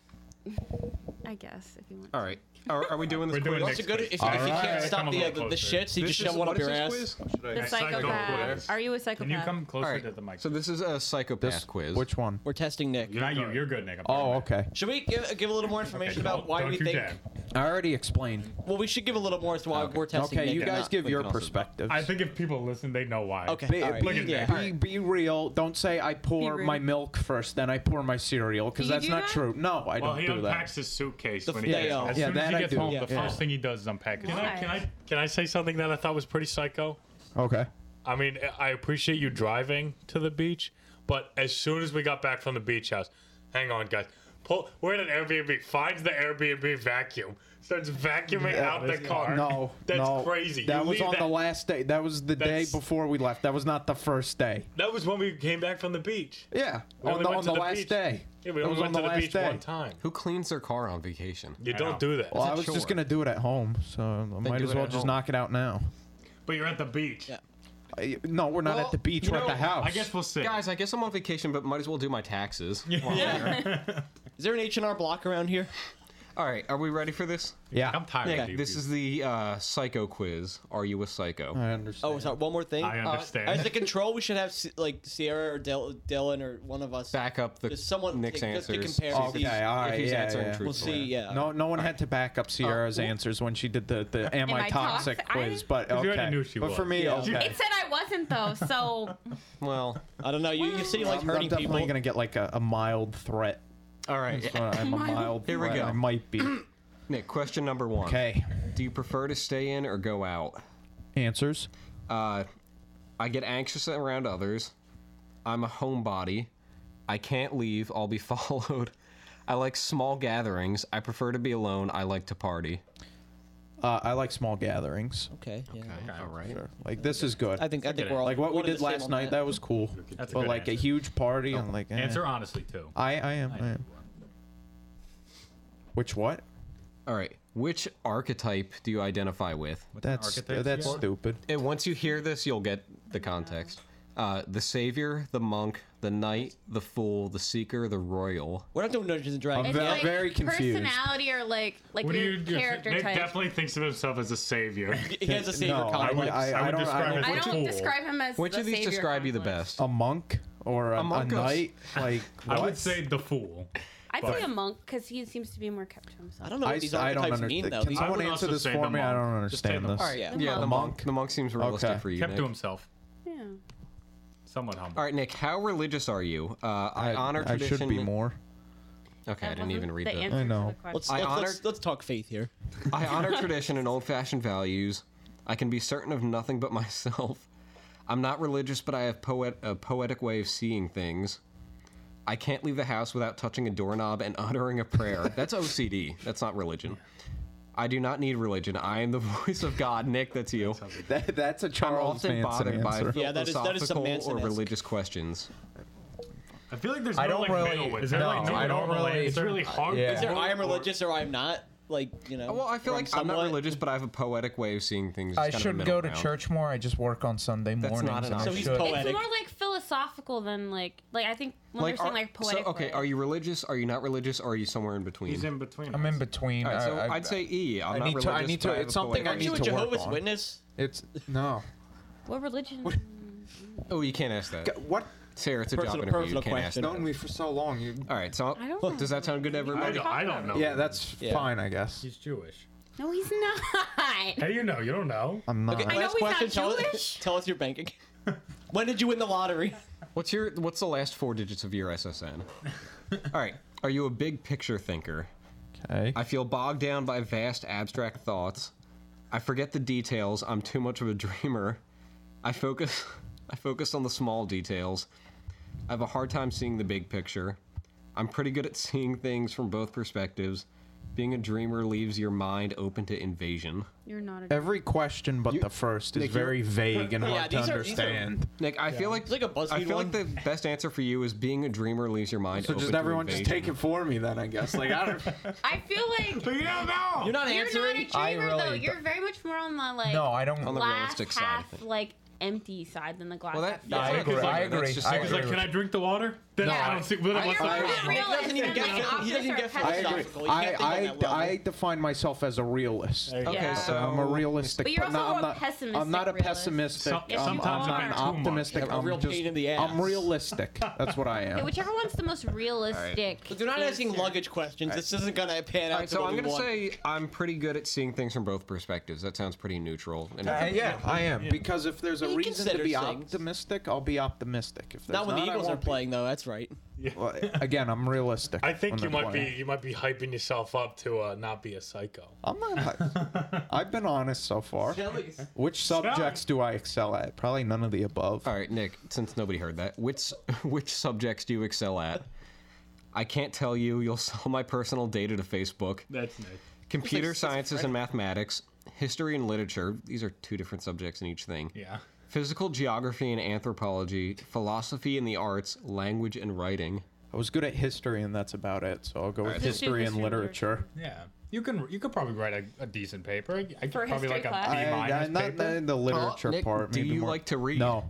J: I guess if you want.
B: All right. Are, are we doing this?
A: We're doing
B: quiz?
A: next Well, it's a good- quiz. if- if you can't stop the, uh, the- the shits,
G: you
B: This
G: just shove
B: is-
G: one
B: what
G: up
B: is
G: your
B: this
G: ass.
B: quiz? What should I-
J: The psychopath. Are you a psychopath?
A: Can you come closer
B: All right.
A: to the mic?
B: So this is a psychopath quiz.
I: Which one?
G: We're testing Nick.
A: Not you. You're good, Nick. I'm
I: Oh, okay.
G: Should we give, give a little more information about why
A: don't
G: we
A: you
G: think?
A: dare.
I: I already explained.
G: Well, we should give a little more as to why we're testing.
I: Okay,
G: Nick
I: you
G: and
I: guys
G: not-
I: give your
B: can also-
I: perspective.
A: I think if people listen, they know why.
G: Okay.
I: Be,
G: all right.
A: Look at
I: be,
A: that.
G: Yeah.
I: be, be real. Don't say I pour
J: real.
I: my milk first, then I pour my cereal, because
J: Do you
I: that's
J: do
I: not
J: that?
I: true. No, I
A: Well,
I: don't
A: he
I: do that.
A: unpacks his suitcase when he
G: yeah,
A: gets
G: yeah.
A: home. As
I: Yeah,
A: soon as
I: that
A: he
I: I
A: gets
I: do.
A: home,
I: Yeah,
A: the
I: yeah.
A: first thing he does is unpack his
J: Can I-
A: suitcase.
J: can I-
A: can I say something that I thought was pretty psycho?
I: Okay.
A: I mean, I appreciate you driving to the beach, but as soon as we got back from the beach house, hang on, guys. Pull, we're at an Airbnb. Finds the Airbnb vacuum. Starts vacuuming out the car.
I: No,
A: that's
I: no.
A: crazy.
I: That
A: You
I: was
A: leave
I: on the last day. That was the
A: That's-
I: day before we left. That was not the first day.
A: That was when we came back from the beach.
I: Yeah,
A: We
I: on
A: only
I: the,
A: went
I: on
A: to
I: the,
A: the
I: last
A: beach.
I: day.
A: Yeah, we
I: That
A: only
I: was
A: went
I: on the
A: to the
I: last
A: beach
I: day.
A: one time.
B: Who cleans their car on vacation?
A: You don't do that.
I: Well,
B: a
I: I was just
B: chore.
I: gonna do it at home, so I might
B: do
I: as
B: it
I: well
B: at
I: just
B: home.
I: knock it out now.
A: But you're at the beach.
I: I- no, we're not
B: Well,
I: at the beach.
B: you
I: We're at
B: know,
I: the house.
A: I guess we'll see.
B: Guys, I guess I'm on vacation, but might as well do my taxes.
G: Is there an H and R Block around here?
B: All right, are we ready for this?
I: yeah,
A: I'm tired
B: Okay,
A: of you.
B: this
A: people.
B: is the uh, psycho quiz. Are you a psycho?
I: I understand.
G: Oh, sorry. One more thing.
A: I understand.
G: As the control, we should have S- like Sierra or Del- Dylan or one of us.
B: Back up the
G: Just someone
B: Nick's
G: take- just to
B: answers. Oh,
G: compare
B: see
G: Okay,
B: if he's-
I: all
B: if he's
I: right, yeah,
B: answering
I: yeah.
B: truthfully.
G: We'll see. Yeah.
I: No, no one had to back up Sierra's
B: well-
I: answers when she did the, the "Am, I toxic?"
J: toxic?
I: quiz,
J: I-
I: but
A: you
I: okay.
A: already knew she
I: but for
A: was.
I: me,
G: Yeah.
I: okay.
J: It said I wasn't though, so
B: Well,
G: I don't know. You, you see, like
I: I'm, I'm
G: hurting
I: definitely
G: people.
I: gonna get like a, a mild threat.
B: all right.
I: Uh, I'm a mild.
B: Here we
I: threat.
B: go.
I: I might be.
B: Nick, question number one.
I: Okay.
B: Do you prefer to stay in or go out?
I: Answers.
B: Uh, I get anxious around others. I'm a homebody. I can't leave. I'll be [LAUGHS] followed. I like small gatherings. I prefer to be alone. I like to party.
I: Uh, I like small gatherings.
G: Okay. Yeah.
B: All right.
I: Like this is good.
G: I think I think we're all
I: like what we
G: we're on
I: did
G: the same
I: last
G: on
I: night. That was cool.
A: That's a
I: but
A: good
I: like a
A: answer.
I: huge party and like eh.
A: Answer honestly too.
I: I I am. I am. Which what?
B: All right. Which archetype do you identify with?
I: That's
A: architect's
I: that's
A: keyboard?
I: stupid.
B: And once you hear this, you'll get the context. Uh, the savior, the monk, the knight, the fool, the seeker, the royal.
G: We're not doing Dungeons and Dragons.
J: it's
I: ve-
J: like
I: very confused.
J: personality or like like
A: What do
J: your
A: you do? Nick
J: character type.
A: definitely thinks of himself as a [LAUGHS] savior.
G: He has a savior
I: no, I, would-
G: complex.
I: I,
A: I
I: I
A: would
I: don't.
A: describe
I: I don't
A: it-
J: I
A: Which
J: don't
A: fool?
J: describe him as
B: Which
J: the
B: of these
J: savior
B: describe you the
J: complex.
B: best?
I: a monk or a, a
B: Among Us.
I: knight. Like
A: [LAUGHS] I
I: what?
A: would say the fool.
J: I'd
A: But-
J: say a monk because he seems to be more kept to himself.
G: I don't know
I: I,
G: what these
I: I don't
G: archetypes mean
I: understand.
G: though.
I: Can
G: These-
A: I
I: someone
A: would
I: answer
A: also
I: this
A: say
I: for
A: the
I: me? I
A: monk.
I: don't
A: Just say the
I: understand
A: monk.
I: this.
G: All right. Yeah.
B: Yeah, the monk.
I: monk.
B: The monk seems realistic
I: Okay.
B: for you.
A: Kept
B: Nick.
A: to himself.
J: Yeah.
A: Somewhat humble.
B: All right, Nick. How religious are you? Uh, I,
I: I,
B: honor
I: I
B: tradition.
I: should be more.
B: Okay, I
J: That
B: didn't even
J: wasn't
B: read
J: the
B: that.
J: answer
I: I
J: to
I: know.
J: the question.
G: Let's,
B: I
G: let's, let's,
B: honored-
G: let's talk faith here.
B: I honor tradition and old fashioned values. I can be certain of nothing but [LAUGHS] myself. I'm not religious, but I have poet- a poetic way of seeing things. I can't leave the house without touching a doorknob and uttering a prayer. That's OCD. That's not religion. I do not need religion. I am the [LAUGHS] voice of God. Nick, that's you.
I: That, that's a
B: I'm
I: Charles
B: often
I: Manson
B: bothered by
I: answer.
B: philosophical
G: Yeah, that is- that is some
B: or
G: Manson-esque.
B: religious questions.
A: I feel like there's no
I: I don't
A: like
I: really-
A: middle way. Is there
I: no,
A: like no
I: I don't
A: normal
I: really-
A: way? It's really hard.
I: Yeah.
G: Is there
A: Or-
G: I am
A: or-
G: religious or I'm not? Like you know.
B: Well, I feel
G: or
B: like I'm not
G: somewhat?
B: religious, but I have a poetic way of seeing things. It's
I: I
B: kind of a
I: should
B: middle
I: go to
B: ground.
I: church more. I just work on Sunday
B: That's
I: mornings.
B: not an
I: and I
B: option. So he's
I: should.
G: poet.
J: It's
G: Poetic.
J: more like philosophical than like like I think when they're
B: Like,
J: saying
B: are-
J: like poetic.
B: so, okay,
J: way.
B: are you religious? Are you not religious? Or are you somewhere in between?
A: He's in between.
I: I'm
A: us.
I: in between.
B: All right, so
I: I,
B: I, would say E. I'm
I: I
B: not
I: need
B: religious.
I: to- I need to-
B: but have a
I: it's something
B: poetic-
I: I
G: Aren't you a
I: need to work
G: Jehovah's
I: on.
G: Witness?
I: it's no.
J: What religion?
B: Oh, you can't ask that.
I: What?
B: Sarah, it's a
G: Personal-
B: job interview. You
G: personal
B: can't
G: question.
B: ask that.
I: Known me for so long. You.
B: All right, so
J: I don't know.
B: does that sound good to
A: I
B: everybody?
A: don't, I don't know.
I: Oh. Yeah, that's
G: Yeah.
I: fine. I guess.
A: He's Jewish.
J: No, he's not.
A: How do you know? You don't know.
I: I'm not.
J: I know he's not
G: tell, [LAUGHS]
J: Jewish.
G: tell us your bank account.
I: [LAUGHS]
G: when did you win the lottery?
B: What's your What's the last four digits of your SSN?
I: [LAUGHS]
B: All right, are you a big picture thinker?
I: Okay.
B: I feel bogged down by vast abstract thoughts. I forget the details. I'm too much of a dreamer. I focus [LAUGHS] I focus on the small details. I have a hard time seeing the big picture. I'm pretty good at [LAUGHS] seeing things from both perspectives. Being a dreamer leaves your mind open to invasion.
J: You're not. A,
I: Every question but the first is [LAUGHS] very vague and hard to
G: these are- these are-
I: understand.
B: Nick, I feel like
G: like a BuzzFeed
B: I feel
G: one.
B: like the best answer for you is being a dreamer leaves your mind
I: so
B: open
I: just
B: to
I: everyone just
B: invasion.
I: take it for me then, I guess. Like [LAUGHS] I don't.
J: I feel like
A: You don't
I: Oh.
A: know.
G: You're not
J: you're not a
G: answering.
J: dreamer
I: I really
J: though.
I: don't-
J: You're very much more on the like.
I: No, I don't.
B: On the
J: last
B: realistic side of
J: half
B: things.
J: like empty side than the glass.
C: Well, that-
J: half full.
C: Yeah, I agree.
A: Like,
C: I agree.
A: that's just
C: I
A: like- He's like,
C: agree.
I: [LAUGHS]
A: can I drink the water? Then
C: No,
A: I don't
C: I-
A: see. What
C: I-
A: about
C: I-
A: the-
J: Realist
G: doesn't even
J: and,
G: get-
J: like,
G: he doesn't
J: opposites
G: get
J: are
I: I
G: philosophical.
I: agree.
J: pedophile.
G: You
I: I,
G: can't think on that
I: I,
G: level.
I: I define myself as a realist.
J: go.
I: Okay,
J: Yeah.
I: so I'm a realistic.
J: But you're also
I: not,
J: a
I: I'm not,
J: pessimistic
I: I'm not a
J: realist.
I: pessimistic.
A: Some-
I: I'm,
J: Yes,
I: I'm
J: you
I: not an
J: are. Too much.
I: optimistic.
G: A
I: I'm
G: real
I: just,
G: pain in the ass.
I: I'm realistic. That's what I
J: Yeah,
I: am.
J: Whichever one's the most realistic.
G: Look, They're not asking luggage questions. This isn't gonna pan out.
B: All right, so I'm
G: going
B: gonna
G: to
B: say I'm pretty good at seeing things from both perspectives. That sounds pretty neutral. And
I: Uh, yeah, I am. Because if there's a
G: You
I: reason to
G: consider
I: be
G: things.
I: optimistic, I'll be optimistic. If there's
G: Not when the
I: I
G: Eagles are
I: won't be.
G: playing, though. That's right.
I: Well, again, I'm realistic.
A: I think
I: on
A: you
I: that
A: might
I: point.
A: be you might be hyping yourself up to uh, not be a psycho.
I: I'm
A: [LAUGHS]
I: not. I've been honest so far. Which subjects do I excel at? Probably none of the above.
B: All right, Nick. Since nobody heard that, which [LAUGHS] which subjects do you excel at? I can't tell you. You'll [LAUGHS] sell my personal data to Facebook.
A: That's nice.
B: Computer
G: It's like
B: sciences and mathematics, history and literature. These are two different subjects in each thing.
A: Yeah.
B: Physical geography and anthropology, philosophy and the arts, language and writing.
I: I was good at history, and that's about it. So I'll go with
J: Just do
I: history and
J: history and
I: literature.
F: Yeah, you can you could probably write a, a decent paper. I could
J: For
F: probably
J: history
F: like
J: class?
F: a B
J: I-
I: Yeah,
F: minus
I: not
F: paper.
I: the, the literature
B: Nick,
I: part.
B: do
I: maybe
B: you
I: more-
B: like to read?
I: No,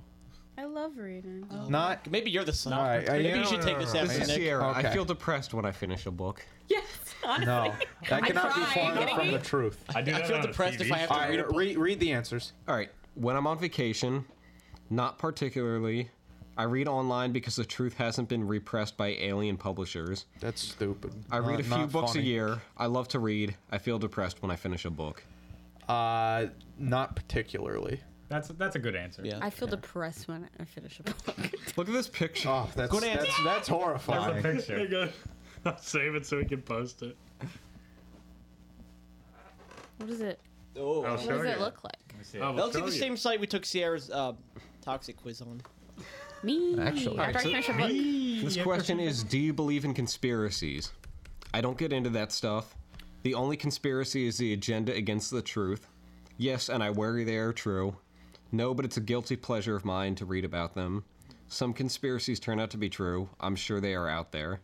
J: I love reading. [LAUGHS]
I: not.
G: Maybe you're the son.
I: All right, I-
G: Maybe
I: no,
G: you should
I: no,
G: take
I: no,
G: this
I: no,
G: after
B: This is
G: Nick.
B: Sierra. I
I: Okay.
B: feel depressed when I finish a book.
J: Yes, honestly.
B: [LAUGHS]
I: No, that cannot be
J: tried.
I: far enough from
J: Kidding
I: the
J: me?
I: truth.
A: I do.
G: I
A: that
G: feel
A: on a
G: depressed if
A: TV
G: I have
A: show.
G: to
I: All right, read, read the answers.
B: All right. When I'm on vacation, not particularly. I read online because the truth hasn't been repressed by alien publishers.
I: That's stupid.
B: I read
I: Not-
B: a few
I: not
B: books
I: funny.
B: a year. I love to read. I feel depressed when I finish a book.
I: Uh, not particularly.
F: That's that's a good answer.
G: Yeah.
J: I feel depressed when I finish a book. [LAUGHS]
B: Look at this picture.
I: Oh, that's
G: Good answer.
I: that's, that's horrifying. [LAUGHS]
A: There you go. I'll save it so we can post it.
J: what is it?
G: Oh,
A: I'll
G: that
J: What
A: show
J: does it
A: you.
J: look like?
A: I will
G: looks like
A: show
G: the
A: you.
G: same site we took Sierra's uh, toxic quiz on.
J: Me.
I: Actually.
J: after I finish a book.
B: This question is Do you believe in conspiracies? I don't get into that stuff. The only conspiracy is the agenda against the truth. Yes, and I worry they are true. No, but it's a guilty pleasure of mine to read about them. Some conspiracies turn out to be true. I'm sure they are out there.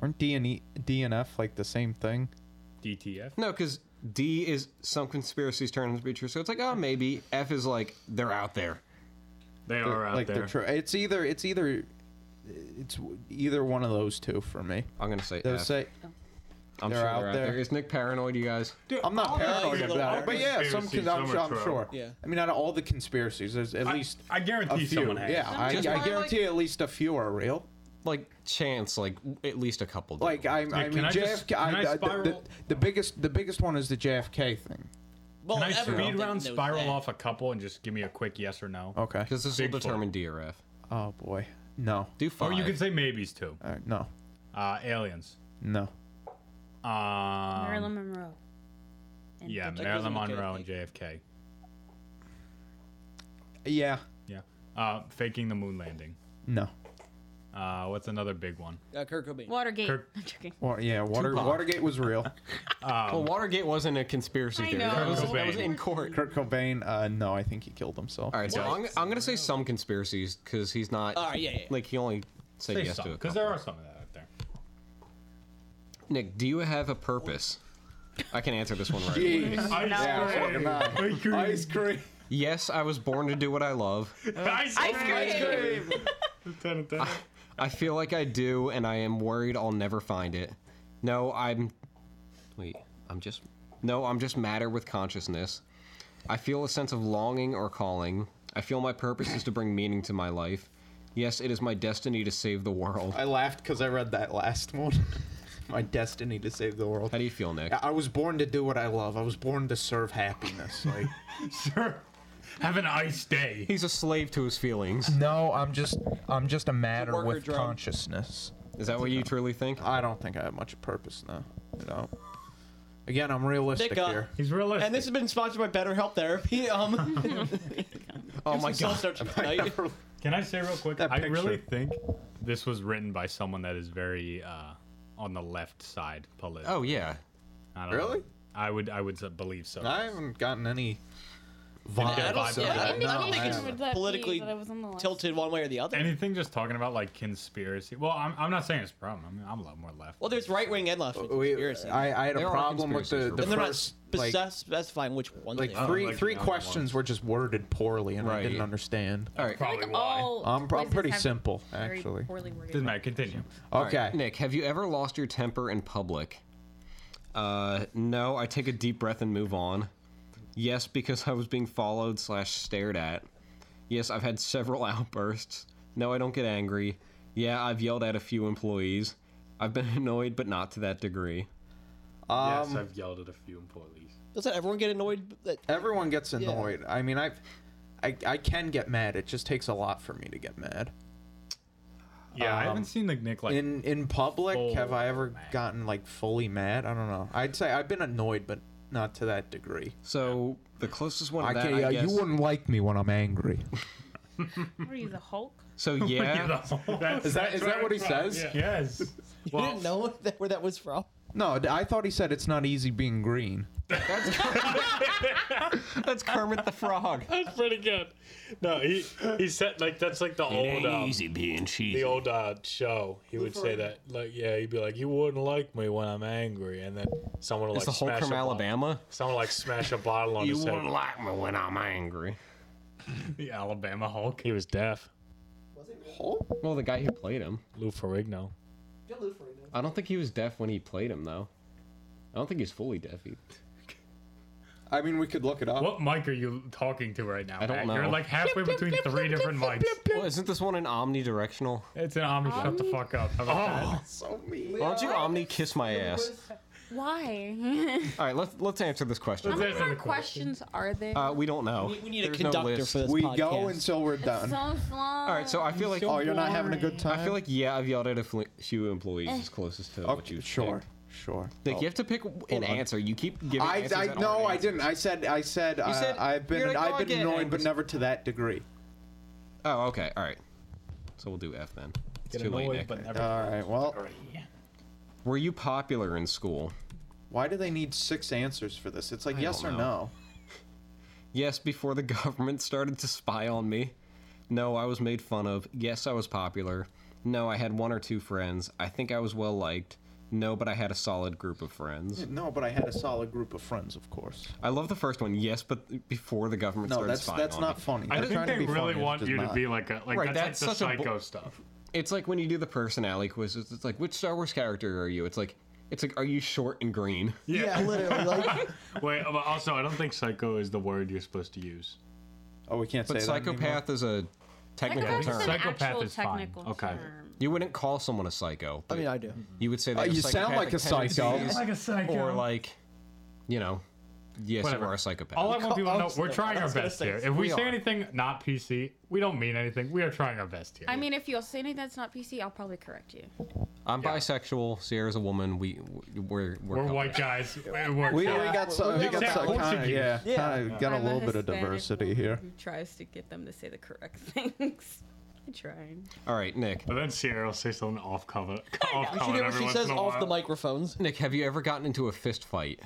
I: Aren't D and E DNF like the same thing?
F: DTF.
B: No, because D is some conspiracies turn out to be true. So it's like, oh, maybe. F is like, they're out there.
A: They are out
I: like
A: there.
I: they're true. It's either it's either it's either one of those two for me.
B: I'm going to say
I: They'll
B: F.
I: say
B: I'm
I: they're
B: sure
I: out
B: they're out
I: there.
B: there. Is Nick paranoid, you guys?
I: I'm not paranoid
G: these
I: about
G: little
I: it, but yeah, some
A: conspiracies,
I: cons- I'm,
A: some
I: sure,
A: are
I: I'm
A: true.
I: sure.
G: Yeah.
I: I mean, out of all the conspiracies, there's at least
F: I
I: a
F: guarantee
I: few.
F: someone has.
I: Yeah, I, I
B: Just by,
I: guarantee at least a few are real.
B: Like, chance, like, at least a couple. do.
I: Like I, I
F: can
I: mean,
F: I
I: JFK.
F: just- can I
I: I- the- the,
F: spiral-
I: the biggest the biggest one is the JFK thing.
G: Well,
F: Can I
G: everyone
F: speed round
G: knows
F: spiral
G: that.
F: off a couple and just give me a quick yes or no?
I: Okay.
B: Because this will
F: Bigfoot.
B: determine D or F.
I: Oh boy. No.
B: Do five.
F: Or you can say maybes too.
I: Uh, no.
F: Uh, aliens.
I: No.
F: Um,
J: Marilyn Monroe. And
F: yeah,
G: That
F: Marilyn
G: doesn't look
F: Monroe
G: good,
F: and JFK.
I: Yeah.
F: Yeah. Uh, faking the moon landing.
I: No.
F: Uh,
A: Oh,
F: what's another big one?
G: Uh, Kurt Cobain.
J: Watergate.
F: Kirk-
J: I'm joking.
I: Wa- yeah. Water,
B: Tupac.
I: Watergate was real.
B: Well, Watergate wasn't a conspiracy
J: I
B: theory.
J: know.
B: That was,
F: Kurt
B: that was
F: Cobain.
B: in court.
I: Kurt Cobain. Uh, no, I think he killed himself.
B: All right, so
F: Yeah.
B: I'm, I'm gonna say some conspiracies because he's not.
G: All right, yeah, yeah, yeah.
B: Like he only said
F: Say
B: yes to
F: some,
B: a
F: because
B: couple.
F: there are some of that out there.
B: Nick, do you have a purpose? I can answer this one right. away.
A: Ice cream. Ice cream.
I: Ice cream.
B: Yes, I was born to do what I love.
A: Ice
F: [LAUGHS]
J: cream.
A: cream. Ten out of
B: I feel like I do, and I am worried I'll never find it. No, I'm. Wait, I'm just. No, I'm just matter with consciousness. I feel a sense of longing or calling. I feel my purpose is to bring meaning to my life. Yes, it is my destiny to save the world.
I: I laughed because I read that last
K: [LAUGHS]
I: one. My destiny to save the world.
B: How do you feel, Nick?
I: I I was born to do what I love. I was born to serve [LAUGHS] happiness. Like,
A: ten. Sure. Have an ice day.
B: He's a slave to his feelings.
I: no, I'm just, I'm just a matter
G: Worker
I: with
G: drone.
I: consciousness.
B: Is that what you truly think?
I: I don't think I have much purpose now. You know. Again, I'm realistic
G: Thick up.
I: here.
F: He's realistic.
G: And this has been sponsored by BetterHelp Therapy. Um,
B: Oh my
G: self
B: god.
G: search tonight.
F: Can I say real quick?
I: That
F: I really
I: picture.
F: think this was written by someone that is very uh, on the left side political.
B: Oh yeah.
F: I don't know.
I: Really?
F: I would I would s- believe so.
I: I haven't gotten any vibe.
A: Yeah, I don't- yeah, I don't
J: No, think I it don't. would that be
G: politically
J: that I was on the list?
G: tilted one way or the other.
A: Anything just talking about like conspiracy. Well, I'm, I'm not saying it's a problem. I mean, I'm a lot more left.
G: Well, there's right wing and left wing conspiracies.
K: I- I had a There are problem with the- conspiracies. the
G: and they're
K: first,
G: not
K: like-
G: spec- specifying which ones.
K: Like
G: they are.
K: three three questions were just worded poorly, and I
A: Right.
K: didn't understand.
A: All right. Probably Like, why. all
K: I'm, I'm
A: quizzes
K: pretty
A: have
K: simple,
A: very
K: actually.
A: poorly worded Doesn't matter, Continue.
K: Okay.
B: Nick, have you ever lost your temper in public? Uh, no. I take a deep breath and move on. Yes, because I was being followed slash stared at. Yes, I've had several [LAUGHS] outbursts. No, I don't get angry. Yeah, I've yelled at a few employees. I've been [LAUGHS] annoyed, but not to that degree.
A: yes, I've yelled at a few employees.
G: Doesn't everyone get annoyed? That
K: everyone gets
G: Yeah.
K: annoyed. I mean, I've, I I can get mad. It just takes a lot for me to get mad.
A: Yeah, I
K: Um,
A: haven't seen the Nick like
K: in in public. Have
A: full
K: I ever gotten like fully mad? I don't know. I'd say I've been annoyed, but not to that degree.
B: So the closest one to
K: I
B: that,
K: can't,
B: I
K: yeah,
B: guess-
K: you wouldn't like me when I'm angry. [LAUGHS]
J: What are you, the Hulk?
B: So
J: Were you
B: yeah,
J: the whole- That's-
K: is that is that what he says?
F: [LAUGHS]
A: Yes.
G: You didn't know [LAUGHS] that, where that was from.
K: No, d- I thought he said it's not easy being green.
B: That's Kermit the Frog.
A: That's pretty good.
F: No, he he said like that's like the old
B: ain't
F: um,
B: easy being cheesy.
F: The old uh, show, he would say
B: Lord.
F: that like yeah, he'd be like, "You wouldn't like me when I'm angry," and then someone would,
B: Is
F: like
B: the Hulk
F: smash
B: from
F: a bo-
B: Alabama?
F: Someone would, like smash a bottle on
B: You
F: his head.
B: wouldn't like me when I'm angry.
A: the Alabama Hulk.
F: He was deaf.
B: Well, the guy who played him,
F: Lou Ferrigno.
B: I don't think he was deaf when he played him though. I don't think he's fully deaf. Either.
K: I mean, we could look it up.
A: What mic are you talking to right now?
B: I don't
A: Matt?
B: know.
A: You're like halfway between three different mics.
B: Well, isn't this one an omnidirectional?
A: It's an omni. Shut the fuck up. How about that?
K: so mean.
B: Why don't you omni kiss my ass?
J: Why?
B: All right, let's let's answer this question.
J: How many more questions are there?
B: Uh, we don't know.
J: We- we need a
B: There's
J: conductor
B: no list.
J: for this
K: We go podcast. until we're
J: It's so slow.
B: All right, so I feel like.
K: oh, you're not having a good time.
B: I feel like yeah, I've yelled at a fl- few employees
K: Eh.
B: is closest to what
K: Okay,
B: you.
K: sure,
B: picked.
K: sure.
B: Like
K: Oh.
B: you have to pick an
K: Hold on.
B: answer. You keep giving.
K: I,
B: answers
K: I
B: that
K: no,
B: aren't
K: I didn't. I said I said,
B: You
K: uh,
B: said-
K: I've
B: you're
K: been
B: like, "Oh, I
K: I've been
B: get
K: annoyed, but
B: angry."
K: never to that degree.
B: Oh, okay. All right. So we'll do F then. It's
K: Get
B: too late,
K: annoyed,
B: Nick.
K: but never- All right, well-
B: Were you popular in school?
K: Why do they need six answers for this? It's like
B: I
K: yes or
B: don't know.
K: no.
B: Yes, before the [LAUGHS] government started to spy on me. No, I was made fun of. Yes, I was popular. No, I had one or two friends. I think I was well liked. No, but I had a solid group of friends.
K: No, but I had a solid group of friends, of course.
B: I love the first one. Yes, but before the government
K: No,
B: started
K: that's-
B: spying
K: that's
B: on
K: not
B: me.
K: funny.
A: I think they really want you to be like a like
B: Right,
A: that's,
B: that's
A: like
B: such a
A: the
B: bu-
A: psycho stuff.
B: It's like when you do the personality quizzes. It's like, which Star Wars character are you? It's like, it's like, are you short and green? [LAUGHS]
A: Yeah,
G: literally.
A: Like... Wait, uh, but also I don't think psycho is the word you're supposed
K: [LAUGHS]
A: to use.
K: Oh, we can't
B: But psychopath is a technical
A: Psychopath is
B: term.
A: an Psychopath actual is fine. technical Okay.
B: You wouldn't call someone a psycho.
G: I mean,
B: but
G: I do.
B: You would say
K: Uh,
B: that
K: you sound like a psycho. You sound like a psycho.
B: Or like, you know, yes,
A: Whatever.
B: you are a psychopath.
A: All I want people
K: [LAUGHS]
A: to know, we're trying our
B: was gonna
A: best
B: say,
A: here. If we,
B: we
A: say
B: are.
A: anything not PC, we don't mean anything. We are trying our best here.
J: I mean, if you'll say anything that's not PC, I'll probably correct you.
B: I'm bisexual. Sierra's a woman. We we're we're,
A: We're
B: covered.
A: white guys. It works
K: We
A: out.
K: we got some. We got
A: Except
K: some. Kinda,
A: Portuguese.
K: yeah, kinda got a
J: I'm
K: little bit of
J: Hispanic
K: diversity
J: woman
K: here.
J: Who tries to get them to say the correct [LAUGHS] things? I try.
B: All right, Nick.
K: Uh,
A: But then Sierra will say something off cover. Off
G: She,
A: cover
G: never,
A: every
G: she
A: once
G: says
A: in a
G: off
A: while.
G: the microphones.
B: Nick, have you ever gotten into a fist fight?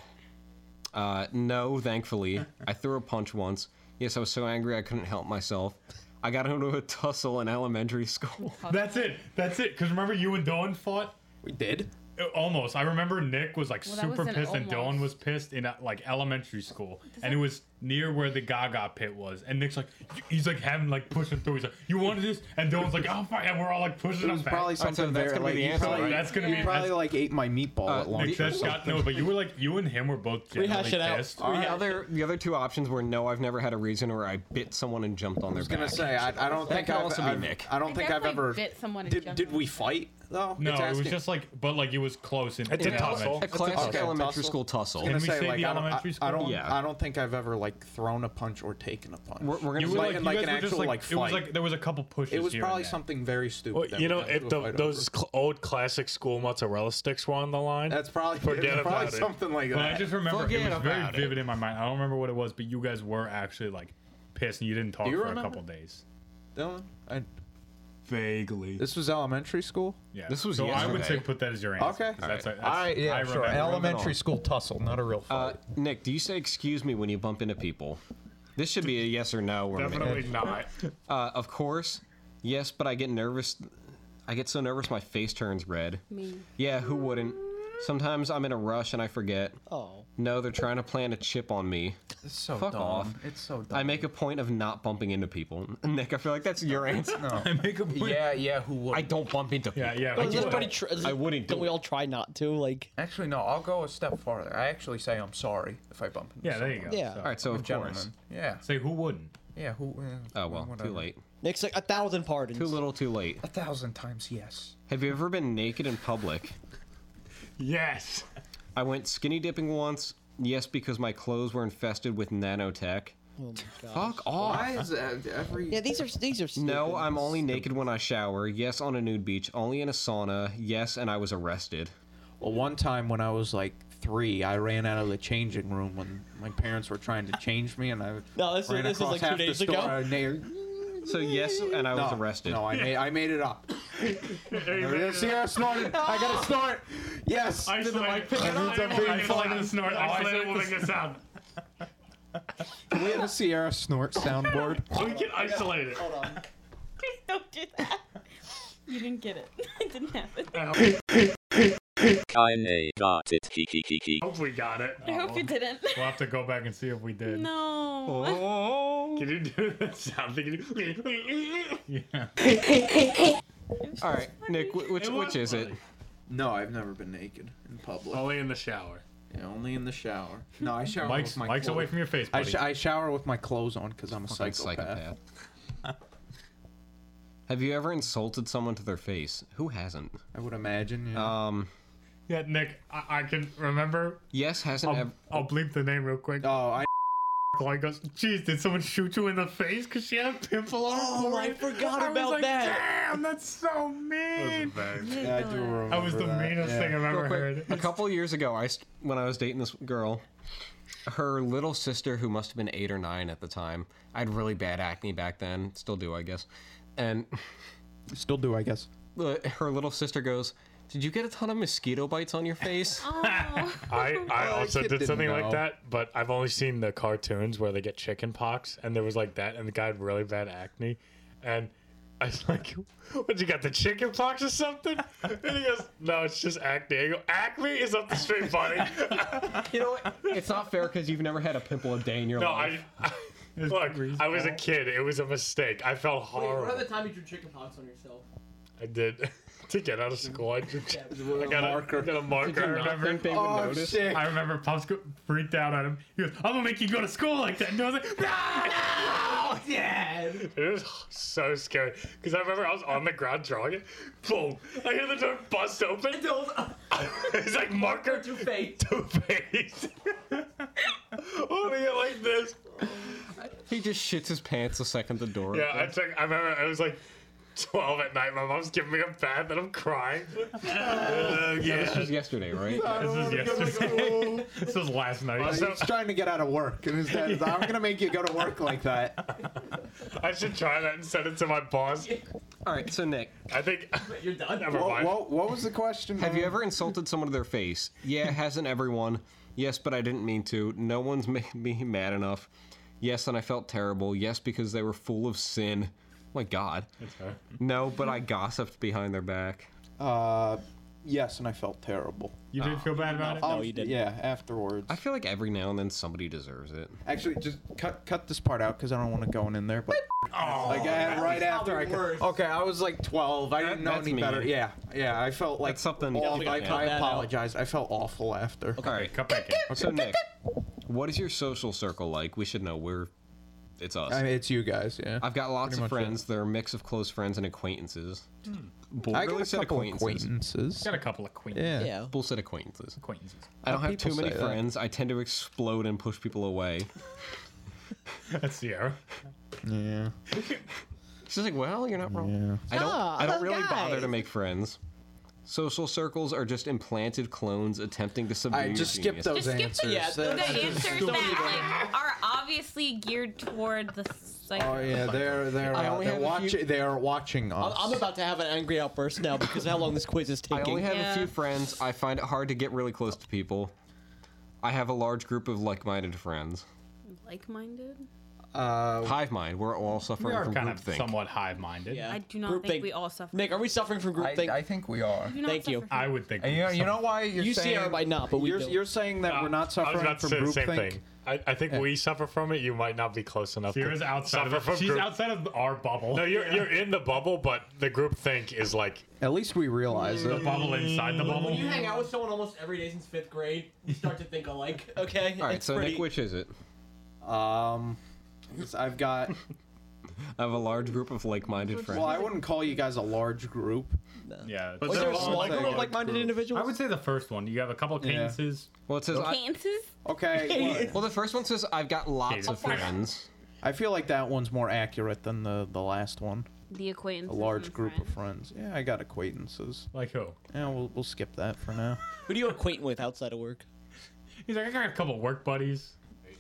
B: Uh, no, thankfully. I threw a punch once. Yes, I was so angry I couldn't help myself. I got into a tussle in elementary school.
A: That's it. That's it. Because remember, you and Dylan fought.
K: We did.
A: Almost. I remember Nick was like
F: Well, that
A: super
F: was an
A: pissed, and Dylan
F: almost.
A: was pissed in uh, like elementary school, and it was near where the Gaga pit was. And Nick's like, he's like having like pushing through. He's like, "You wanted this?" And Dylan's like, "Oh fuck!" And we're all like pushing
K: It was
A: him back.
K: probably something very, like, he probably-
A: That's gonna
K: he
A: be.
K: probably like ate my meatball
B: Uh,
K: at
A: Nick,
K: lunch. or
A: that's got
K: something.
A: no. But you were like, you and him were both generally pissed.
B: Our other, the other two options were no, I've never had a reason where I bit someone and jumped on their
K: I
B: back.
K: was gonna say I, I don't
B: that
K: think
B: could
K: I've,
B: also
K: I've-
B: be Nick.
K: I don't think I've ever.
J: bit someone in
K: Did, did we fight though?
A: No,
K: It's
A: it was
K: asking-
A: just like, but like it was close. In,
K: It's a
A: in
K: tussle.
A: elementary-
K: A classic
A: Okay.
B: elementary school tussle.
K: I was
A: Can
K: gonna
A: we
K: say,
A: say
K: like,
A: the
K: I don't-
A: elementary
K: I, I
A: school?
K: don't.
A: Yeah.
K: I don't think I've ever like thrown a punch or taken a punch. We're,
B: we're
A: You were like,
K: like,
A: you
K: like
A: guys
K: an
A: were just
K: actual
A: like,
K: like
A: it was
K: fight.
A: like there was a couple pushes.
K: It was
A: here and
K: probably
A: there.
K: something very stupid.
F: Well,
K: that
F: you
K: we
F: know,
K: got
F: if
K: into a
F: the,
K: fight
F: those
K: over.
F: cl- old classic school mozzarella sticks were on the line,
K: that's probably
F: forget
K: probably
F: about
K: something
F: it.
K: like
A: But
K: that.
A: I just remember it
K: Forget
A: was very
K: about it.
A: vivid in my mind. I don't remember what it was, but you guys were actually like pissed and you didn't talk
K: you
A: for a
K: remember?
A: couple days.
K: Dylan, I,
A: Vaguely.
K: this was elementary school.
A: Yeah. so I would say put that as your answer.
K: Okay.
A: 'cause That's,
K: Alright.
A: that's,
K: I- yeah,
A: I
K: sure.
A: remember.
K: Elementary school tussle, not a real
B: Uh, Nick, do you say excuse me when you bump into people? This should be a yes or no. we're
A: Definitely
B: making.
A: not.
B: Uh, of course, yes, but I get nervous. I get so nervous my face turns red.
G: Me.
B: Yeah, who wouldn't? Sometimes I'm in a rush and I forget.
G: Oh.
B: No, they're trying to plant a chip on me.
I: It's so
B: Fuck
I: dumb.
B: off.
I: It's so dumb.
B: I make a point of not bumping into people. [LAUGHS] Nick, I feel like that's your answer.
I: No. I make a point- Yeah, yeah, who would?
B: I don't bump into people.
G: But
B: I,
G: does
B: just-
G: everybody tr-
B: I wouldn't do
G: Don't we all try not to? Like,
I: actually, no. I'll go a step farther. I actually say I'm sorry if I bump into.
F: Yeah, there you go.
I: someone.
G: Yeah.
F: So-
G: All
B: right, so
I: I'm a
B: of
I: gentleman.
B: course.
I: Yeah.
F: Say who wouldn't?
I: Yeah. Who? eh,
B: Oh well,
I: whatever.
B: too late.
G: Nick's like a thousand pardons.
B: Too little, too late.
I: A thousand times yes.
B: Have you ever been naked in public?
A: Yes.
B: I went skinny dipping once. Yes, because my clothes were infested with nanotech.
G: Oh my god.
B: Fuck off.
K: every?
G: Yeah, these are these are. Stupid.
B: No, I'm only naked when I shower. Yes, on a nude beach. Only in a sauna. Yes, and I was arrested.
K: Well, one time when I was like three, I ran out of the changing room when my parents were trying to change me, and I
G: [LAUGHS] No, this is-
K: ran
G: this is,
K: across
G: like, two
K: half the
G: days
K: store,
G: ago.
K: and they-
B: So yes, and I was
K: No,
B: arrested.
K: No, I made I made it up. There it is. Sierra snorted. I got a snort. Yes.
A: Isolated.
K: Then I'm like, "This is a big
A: Isolated
K: fuck."
A: snort.
F: No,
A: Isolated
F: isolated
A: will make a sound.
K: Can we have a Sierra snort soundboard?
A: We can isolate it.
J: Please [LAUGHS] don't do that. You didn't get [LAUGHS] it. It didn't happen.
H: Kaine got it. Hee hee hee hee.
A: Hope we got it.
J: I hope you didn't.
F: We'll have to go back and see if we did.
J: No.
A: Can you do that sound? Can you...
B: All right, Nick, wh- which
A: It
B: which
A: was
B: is it?
K: No, I've never been naked in public.
A: [LAUGHS]
G: Oh,
A: Only in the shower.
K: Yeah, only in the shower. No, I shower
F: Mike's-
K: with Oh my
F: Mike's
K: clothes.
F: away from your face,
K: I,
F: buddy.
K: I shower with my clothes on because I'm a
B: Fucking
K: psychopath.
B: psychopath. Have you ever insulted someone to their face? Who hasn't?
K: I would imagine.
B: Um,
A: Yeah, Nick, I, I can remember.
B: yes, hasn't.
K: Um,
A: I'll,
B: ev-
A: I'll bleep the name real quick.
K: Oh, I.
A: Chloe goes, Jeez, did someone shoot you in the face because she had a pimple on her
G: Oh, I
A: forehead?"
G: forgot
A: I
G: about
A: was like,
G: that.
A: Damn, that's so mean.
K: Yeah, I do remember
A: That was the meanest thing I've ever heard.
B: a couple years ago, I st- when I was dating this girl, her little sister, who must have been eight or nine at the time, I had really bad acne back then, still do, I guess, and
K: [LAUGHS] Still do, I guess.
B: the- her little sister goes, "Did you get a ton of mosquito bites on your face?"
J: Oh.
A: [LAUGHS] I, I also
K: kid
A: did
K: didn't
A: something like
K: know.
A: that, but I've only seen the cartoons where they get chicken pox, and there was like that, and the guy had really bad acne, and I was like, [LAUGHS] "What you got the chicken pox or something?" And he goes, "No, it's just acne." I go, "Acne is up the street, [LAUGHS] buddy."
B: you know what? It's not fair because you've never had a pimple a day in your
A: No,
B: life.
A: I, I [LAUGHS] look. I was a kid. It was a mistake. I felt horrible.
G: time you drew chicken pox on yourself?
A: I did [LAUGHS] to get out of school. I, drew, I got
K: marker.
A: a, I got a
B: Did
A: marker.
B: you
A: I
B: not think they
A: remember.
B: would
K: Oh,
B: notice?
G: [LAUGHS]
K: shit.
A: [LAUGHS] I remember Pops go- freaked out at him. He goes, "I'm gonna make you go to school like that." And I was like, "No, [LAUGHS] Dad!" It was so scary because I remember I was on the ground drawing it. Boom! I hear the door bust open. [LAUGHS] it's like marker to face. To face. [LAUGHS] Holding it like this.
B: He just shits his pants the second the door.
A: Yeah, I took. I remember I was like 12 at night. My mom's giving me a bath and I'm crying. [LAUGHS] Uh,
B: This
A: yeah.
B: was yesterday, right?
A: This
F: [LAUGHS]
A: was yesterday. this was last night. Also,
K: He's trying to get out of work, and his
B: [LAUGHS]
K: dad's like, "I'm gonna make you go to work like that."
A: I should try that and send it to
G: [LAUGHS]
A: my boss.
B: All right, so Nick,
A: I think.
G: You're done.
A: Never
K: What,
A: mind.
K: what, what was the question?
B: have you
F: Um,
K: man?
B: ever insulted someone to their face?
F: [LAUGHS]
B: Yeah, hasn't everyone? Yes, but I didn't mean to. No one's [LAUGHS] made me mad enough. Yes, and I felt terrible. Yes, because they were full of sin. Oh My God. No,
F: [LAUGHS]
B: but I gossiped behind their back.
K: Uh, yes, and I felt terrible.
F: You did feel bad about it?
K: Oh,
G: you didn't.
K: Yeah, afterwards.
B: I feel like every now and then somebody deserves it.
K: Actually, just cut cut this part out because I don't want to go in there. But like I, right after I
G: worse.
K: okay, I was like 12. I didn't know
B: that's
K: any
B: mean.
K: better. Yeah, yeah. I felt like
B: That's something-
K: Awful.
B: Definitely
K: I,
B: gotta cut
K: I
G: that out.
K: apologize. I felt awful after.
B: All right,
F: Cut back in.
B: so Nick, what is your social circle like? We should know. We're, it's us.
K: I mean, it's you guys. Yeah.
B: I've got lots
K: Pretty
B: of
K: much it.
B: friends. They're a mix of close friends and acquaintances.
F: Hmm.
B: Bull
K: I got
B: really
K: a
B: said
K: couple
B: acquaintances.
K: acquaintances.
F: Got a couple of queens.
K: Yeah.
G: Yeah.
B: Bull said acquaintances.
F: Acquaintances.
B: I don't have
K: people
B: too many
K: say that.
B: friends. I tend to explode and push people away.
A: That's Sierra.
K: Yeah.
B: She's like, well, you're not wrong.
K: Yeah.
B: I don't.
G: Ah,
B: I don't
G: those
B: really bother
G: guys.
B: to make friends. Social circles are just implanted clones attempting to subdue.
K: I
B: your
K: just skip
B: genius.
K: those
J: Just skip
K: answers.
J: the,
G: Yeah,
J: the
K: That's just-
J: answers that like are obviously geared toward the like.
K: Oh yeah, they're they're
B: I
K: uh,
B: only
K: they're
B: have a
K: watching
B: few-
K: they are watching us.
G: I'm about to have an angry outburst now because of how long this quiz is
B: I
G: taking.
B: only have
J: Yeah.
B: a few friends. I find it hard to get really close to people. I have a large group of like-minded friends.
J: Like-minded.
K: Uh,
B: hive mind. We're all suffering
L: are
B: from
L: kind
B: groupthink.
L: of somewhat hive minded.
G: Yeah.
J: I do not
G: Group
J: think
G: think.
J: we all suffer.
G: Nick, are we suffering from
I: I,
G: groupthink?
I: I think we are.
J: do not
G: Thank you.
J: suffer
L: I would think.
I: And you know, you know why you're
G: You see
I: saying
G: everybody not, but we
K: You're,
G: don't.
K: you're saying that we're not
A: I was
K: suffering
A: about to
K: from
A: say the same
K: groupthink.
A: thing. I, I think we suffer from it. You might not be close enough.
F: Sierra's
A: to
F: outside of
A: suffer
F: it.
A: from
F: She's
A: group-
F: outside of our bubble.
A: No, you're you're in the bubble, but the group think is like Mm.
K: At least we realize
F: the
K: it.
F: bubble inside the
G: When
F: bubble.
G: you hang out with someone almost every day since fifth grade, you start to think alike. Okay.
B: All right,
G: It's
B: so
G: pretty-
B: Nick, which is it?
K: Um, 'cause I've got.
B: I have a large group of like-minded friends.
K: Well, I wouldn't call you guys a large group.
F: Yeah,
G: Was there a
F: it's-
G: small group of like-minded
F: I
G: individuals?
F: would say the first one. You have a couple of
K: Yeah.
F: cadences.
B: Well, it says I,
J: Cadences? [LAUGHS]
K: Okay.
B: well the first one says I've got lots of
J: Cadences.
B: friends.
K: I feel like that one's more accurate than the the last one.
J: The acquaintance.
K: A large group of friends. Yeah, I got acquaintances.
F: Like who?
K: Yeah, we'll we'll skip that for
J: [LAUGHS]
K: now.
G: Who do you acquaint with outside of work?
F: He's like, I got a couple of work buddies.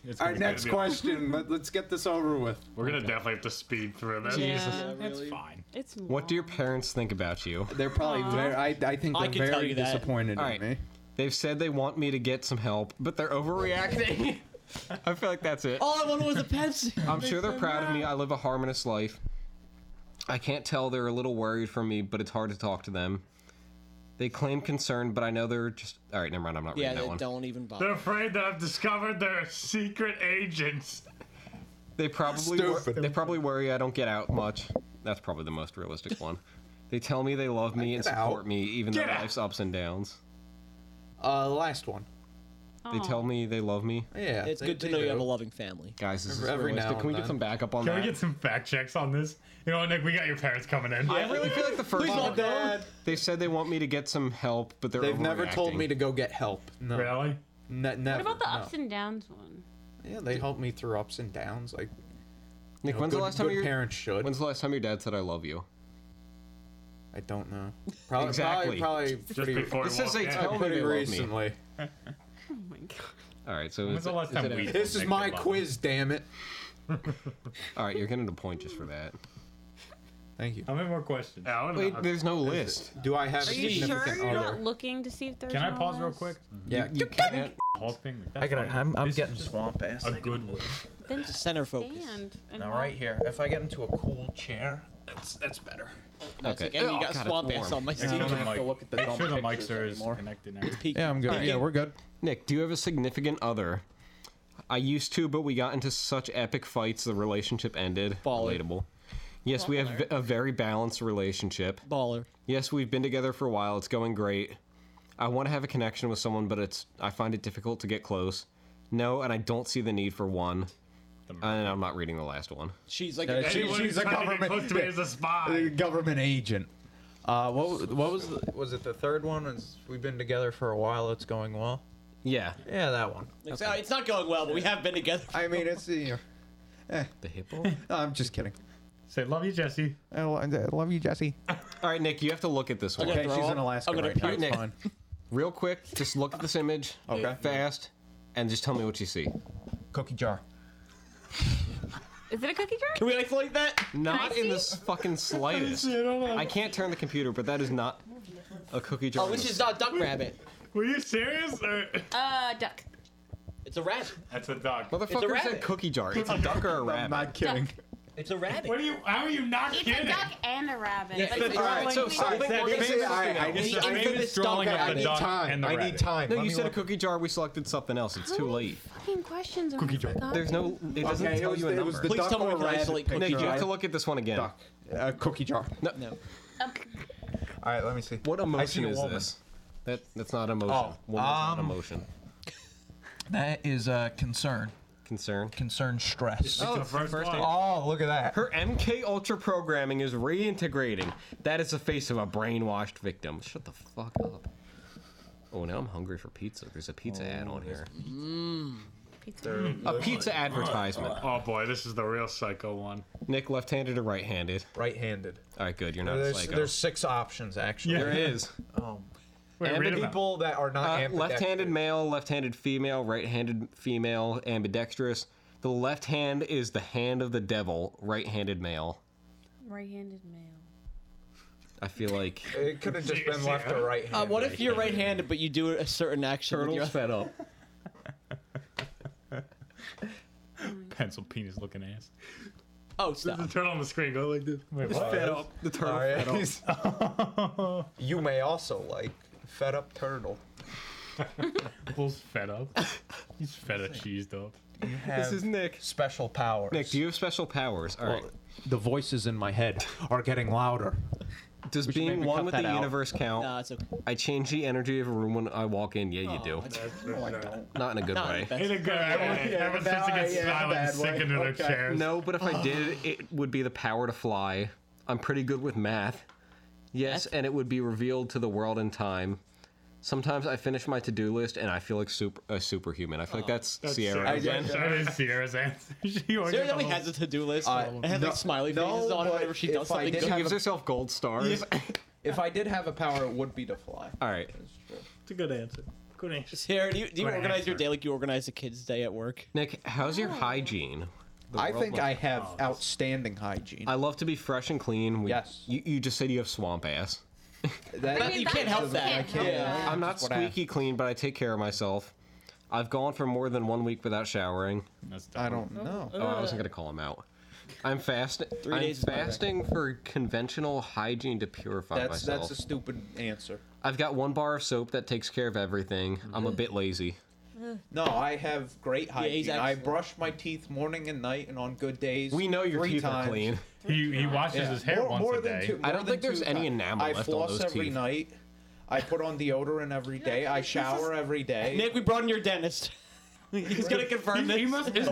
F: It's
K: All
F: gonna
K: right,
F: be good
K: next
F: to be-
K: question. Let, let's get this over with.
A: we're gonna definitely have to speed through this.
J: Yeah,
F: It's fine.
J: it's
B: What do your parents think about you?
K: They're probably very. I, I think
G: I
K: they're
G: can tell
K: very
G: you that.
K: disappointed
B: All
K: in
B: right.
K: me.
B: They've said they want me to get some help, but they're overreacting. [LAUGHS] I feel like that's
K: Oh,
B: it.
G: All I wanted was a Pepsi.
B: I'm sure they're proud of me. I live a harmonious life. I can't tell they're a little worried for me, but it's hard to talk to them. They claim concern, but I know they're just. All right, never mind. I'm not
G: Yeah,
B: reading that
G: they
B: one.
G: don't even
A: They're
G: bother.
A: afraid that I've discovered their secret agents.
B: They probably wor- they probably worry I don't get out much. That's probably the most
G: [LAUGHS]
B: realistic one. They tell me they love me and
K: get
B: support
K: out.
B: me, even though
K: Get out.
B: life's ups and downs.
K: Uh, last one.
B: They tell me they love me.
K: Yeah.
G: It's
K: they-
G: good to
K: they
G: know you
K: do.
G: have a loving family.
B: Guys, this is
K: Every- every now
B: realistic. Can we
K: and
B: get
K: then.
B: some backup on
F: Can we
B: that?
F: get some fact checks on this? You know what, Nick? We got your parents coming in.
B: I really feel like the first
G: Please
B: one.
G: don't go.
K: Dad,
B: They said they want me to get some help, but they're
K: They've never told
B: overreacting.
K: me to go get help. No.
F: Really?
K: Ne- never.
J: What about the
K: no.
J: ups and downs one?
K: Yeah, they helped me through ups and downs. Like,
B: Nick,
K: you know,
B: when's
K: good-
B: the last time
K: good
B: your
K: parents should?
B: When's the last time your dad said I love you?
K: I don't know. Probably,
B: Exactly.
K: probably,
A: Just
K: pretty,
A: before
B: It says
A: we
B: they
A: walk in.
B: tell me
K: pretty
B: they love me.
K: recently.
J: Oh my god.
B: All right, so
F: When's
B: is
F: the
B: it-
F: last
B: is
F: time
B: it
F: we?
B: a-
K: This is
F: Nick,
K: my
F: they love
K: quiz, damn it.
B: All right, you're getting a point just for that.
K: Thank you.
F: How many more questions?
A: Yeah, I wanna
B: Wait,
A: know.
B: there's no list.
K: Do I have
J: Are
K: a
J: you
K: significant
J: sure you're
K: other?
J: not looking to see if there's
F: Can I
J: no
F: pause real
J: list?
F: quick?
K: Yeah.
B: You can't.
F: Whole thing. That's
I: I got.
F: fine.
I: I'm, I'm
F: This is
I: getting swamp ass.
F: a good one.
J: Then just
G: Center focus.
J: stand. and
I: Now
J: walk.
I: right here, if I get into a cool chair, that's that's better.
G: That's
B: Okay.
G: okay. Again,
B: Oh,
G: you got
B: God,
G: swamp
B: it's
G: ass
B: warm.
G: on my
F: Make sure
G: seat.
F: the
I: have to
F: mic-
I: look at the
F: make
I: dumb
F: sure the
I: pictures
F: mics are is
I: anymore.
F: connected now.
K: Yeah, I'm good. Yeah, we're good.
B: Nick, do you have a significant other? I used to, but we got into such epic fights the relationship ended.
G: Baller.
B: Relatable. Yes, we have a very balanced relationship.
G: Baller.
B: Yes, we've been together for a while. It's going great. I want to have a connection with someone, but it's I find it difficult to get close. No, and I don't see the need for one. And I'm not reading the last one.
G: She's like,
K: Yeah, she-
A: Anyone
K: she's a
A: trying to get
K: government-
A: close to me is a spy.
K: A government agent. Uh, what was- what was the, was it the third one? Is we've been together for a while. It's going well.
B: Yeah.
K: Yeah, that one.
G: it's, uh, it's not going well, but we have been together.
K: I mean, it's you. eh.
B: The hippo?
K: [LAUGHS] No, I'm just kidding.
F: Say, love you, Jesse.
K: I lo- I love you, Jesse.
B: All right, Nick, you have to look at this one.
K: Okay,
G: throw
K: she's
G: up.
K: in Alaska
G: I'm gonna
K: right now.
G: puke.
K: It's
B: Nick.
K: fine.
B: Real quick, just look at this image.
K: Okay.
B: Fast. And just tell me what you see.
K: Cookie jar.
J: Is it a cookie jar?
G: Can we isolate that?
B: Not in
J: I see?
B: the
K: [LAUGHS]
B: fucking slightest. I can't turn the computer, but that is not a cookie jar.
G: Oh, this is not duck rabbit.
A: Were you serious? Or...
J: Uh, duck.
G: It's a rabbit.
A: That's a dog.
B: Motherfucker said
G: rabbit.
B: cookie jar. It's a duck or a
K: [LAUGHS] I'm
B: rabbit.
K: not kidding.
G: It's a rabbit.
A: What are you? How are you not
J: It's
A: kidding?
J: a duck and a rabbit. but
G: it's
J: it's
G: a
J: all
G: duck.
J: like-
B: So something
G: said
B: we're
G: maybe
B: missing
K: I-
B: something
K: I
B: else.
K: need-
G: The
K: I need-
G: infamous dog
K: I
G: rabbit.
K: need time.
F: and the
K: I need
F: rabbit.
K: time.
B: No,
K: Let
B: you
K: me
B: said a
K: look.
B: cookie jar. We selected something else. It's too late.
J: Fucking questions. Cookie jar.
B: There's no. It doesn't
K: Okay, it
B: tell
K: was
B: you a
K: the- it
B: number.
K: was the
G: Please
K: duck
G: tell me
K: or
G: we're
K: rabbit
G: isolating
K: picture,
B: Nick, you have
K: right?
B: to look at this one again.
K: Duck. Uh, cookie jar.
G: No.
K: All right, let me see.
B: What
K: I see
B: emotion
K: a
B: is
K: woman.
B: this? That that's not emotion.
K: Oh,
B: Woman's not
I: um,
B: emotion.
I: That is uh, concern.
B: Concern.
I: Concern stress.
B: Oh,
A: it's the first one.
K: Oh, look at that.
B: Her MK Ultra programming is reintegrating. That is the face of a brainwashed victim. Shut the fuck up. Oh, now I'm hungry for pizza. There's a pizza ad on here. A pizza advertisement.
A: Oh boy, this is the real psycho one.
B: Nick, left-handed or right-handed?
K: Right-handed. oh.
B: All right, good. You're not a
K: There's,
B: psycho.
K: there's six options actually.
B: There is.
A: Wait,
B: And
A: read
B: the
A: about
K: people that are not
B: Uh,
K: ambidextrous.
B: left-handed male, left-handed female, right-handed female, ambidextrous. The left hand is the hand of the devil. Right-handed male.
J: Right-handed male.
B: I feel like
K: It could have
J: [LAUGHS]
K: just been left or right
G: Uh,
K: handed.
G: what if you're right-handed but you do a certain action? With your...
B: fed up.
A: pencil penis looking ass.
B: [LAUGHS]
G: Oh,
F: stop. Turn on the screen. Go like this. Wait,
A: what?
F: Fed up.
A: The turtle fed
K: [LAUGHS]
A: up.
K: you may also like fed up turtle.
A: Bull's fed up. He's fed up, cheesed up.
K: Have
B: Nick.
K: Special powers.
B: Nick, do you have special powers? All right.
M: The voices in my head are getting louder.
B: Does
M: We should
B: being
M: maybe
B: one
M: cut
B: with
M: that
B: the
M: out.
B: universe count?
G: Nah, it's okay.
B: I change the energy of a room when I walk in. Yeah, you do.
G: No, I don't.
B: Not in a good
G: Not
B: way.
G: in the best In a good way.
F: way. Yeah, Everyone starts to get yeah, silent and bad sick way. into their Okay. chairs.
B: No, but if I
F: Ugh.
B: did, it would be the power to fly. I'm pretty good with math. Yes, and it would be revealed to the world in time. Sometimes I finish my to-do list and I feel like super a superhuman. I feel like that's, Sierra again.
A: That is Sierra's answer. She always
G: Sarah definitely has a to-do list.
B: Uh,
G: and has like smiley faces on it whenever she does something good.
B: herself gold stars.
K: [LAUGHS] if I did have a power, it would be to fly.
B: [LAUGHS] All right.
F: It's a good answer. Good answer.
G: Sarah, do you, do you
B: Good
G: organize your
B: answer.
G: day like you organize a kid's day at work?
B: Nick, how's your hygiene? The
K: I
B: world
K: think
B: look-
K: I have outstanding hygiene.
B: I love to be fresh and clean. We, yes. You, you just said you have swamp ass.
K: That,
G: I mean, you can't
K: that's
G: help
K: the thing,
G: that.
K: I can't-
G: Yeah.
B: I'm not
K: That's what I-
B: squeaky clean, but I take care of myself. I've gone for more than one week without showering.
K: I don't know.
B: Oh, I wasn't gonna call him out. I'm fasting.
K: Three
B: I'm
K: days is my record.
B: fasting for conventional hygiene to purify
K: That's
B: myself.
K: that's a stupid answer.
B: I've got one bar of soap that takes care of everything. I'm a bit lazy.
K: No, I have great
B: Yeah, he's
K: hygiene. I
B: excellent.
K: brush my teeth morning and night, and on good days.
B: We know your
K: three
B: teeth
K: times.
B: are clean.
A: He, he washes
K: Yeah.
A: his hair
K: More-
A: once
K: more
A: a
K: than
A: day.
K: two-
B: I
K: more
B: don't
K: than
B: think there's
K: two
B: any
K: times.
B: enamel
K: I
B: left on
K: floss
B: those
K: every
B: teeth.
K: night. I put on deodorant every day. I shower every day.
G: Nick, we brought in your dentist. [LAUGHS] He's gonna confirm this.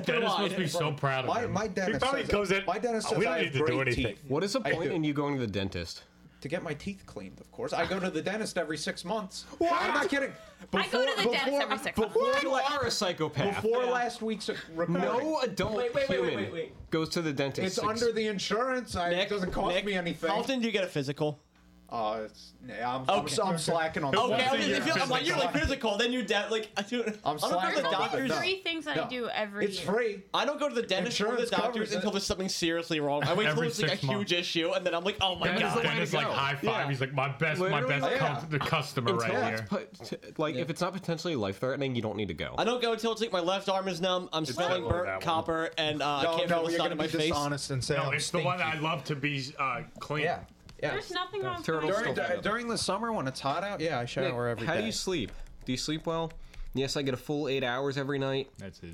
G: Open wide.
K: my, My dentist says I- My dentist says I have great teeth.
B: What [LAUGHS] is the
K: I
B: point
K: do.
B: in you going to the dentist?
K: to get my teeth cleaned, of course. I go to the dentist every six months. I'm not kidding.
J: I go to the dentist every six months.
K: before
B: You
K: la-
B: are a psychopath.
K: Before last week's recording.
B: no adult
K: Wait, wait, wait,
B: human
K: wait, wait, wait.
B: goes to the dentist.
K: It's under the insurance. I, it doesn't cost me anything.
G: How often do you get a physical?
K: Oh, it's, nah, I'm,
B: Oh,
K: I'm- I'm, slacking on.
G: Okay,
K: that.
G: I was gonna feel- I'm like, you're like physical, then you dent like I do. I'm I don't go to
K: slacking
G: the
K: on that.
G: doctors.
K: No.
J: Three things that I
G: No.
J: do every year.
G: I don't go to the dentist or the
K: Insurance
G: doctors
K: covers
G: until
K: it.
G: there's something seriously wrong. I wait until
A: Every
G: there's like a
A: six
G: huge issue, and then I'm like, oh my
A: Dennis,
G: god.
A: Dennis like high five. He's like my best, my
B: Literally,
A: best
B: yeah.
A: cu- the customer right
B: Until
A: here.
B: it's put- like if it's not potentially life threatening, you don't need to go.
G: I don't go until it's like my left arm is numb. I'm smelling
B: that one.
G: burnt copper, and uh, I can't feel the sun in my face.
K: and say
F: no,
K: I'm
F: it's the one
K: stinky.
F: I love to be uh, clean. Yeah.
K: Yeah.
J: There's nothing wrong with
B: Turtles
K: During,
B: still
K: du-
B: fed up.
K: during the summer when it's hot out, yeah, I
B: Nick,
K: shower every day.
B: how do you sleep? Do you sleep well? Yes, I get a full eight hours every night.
A: That's it.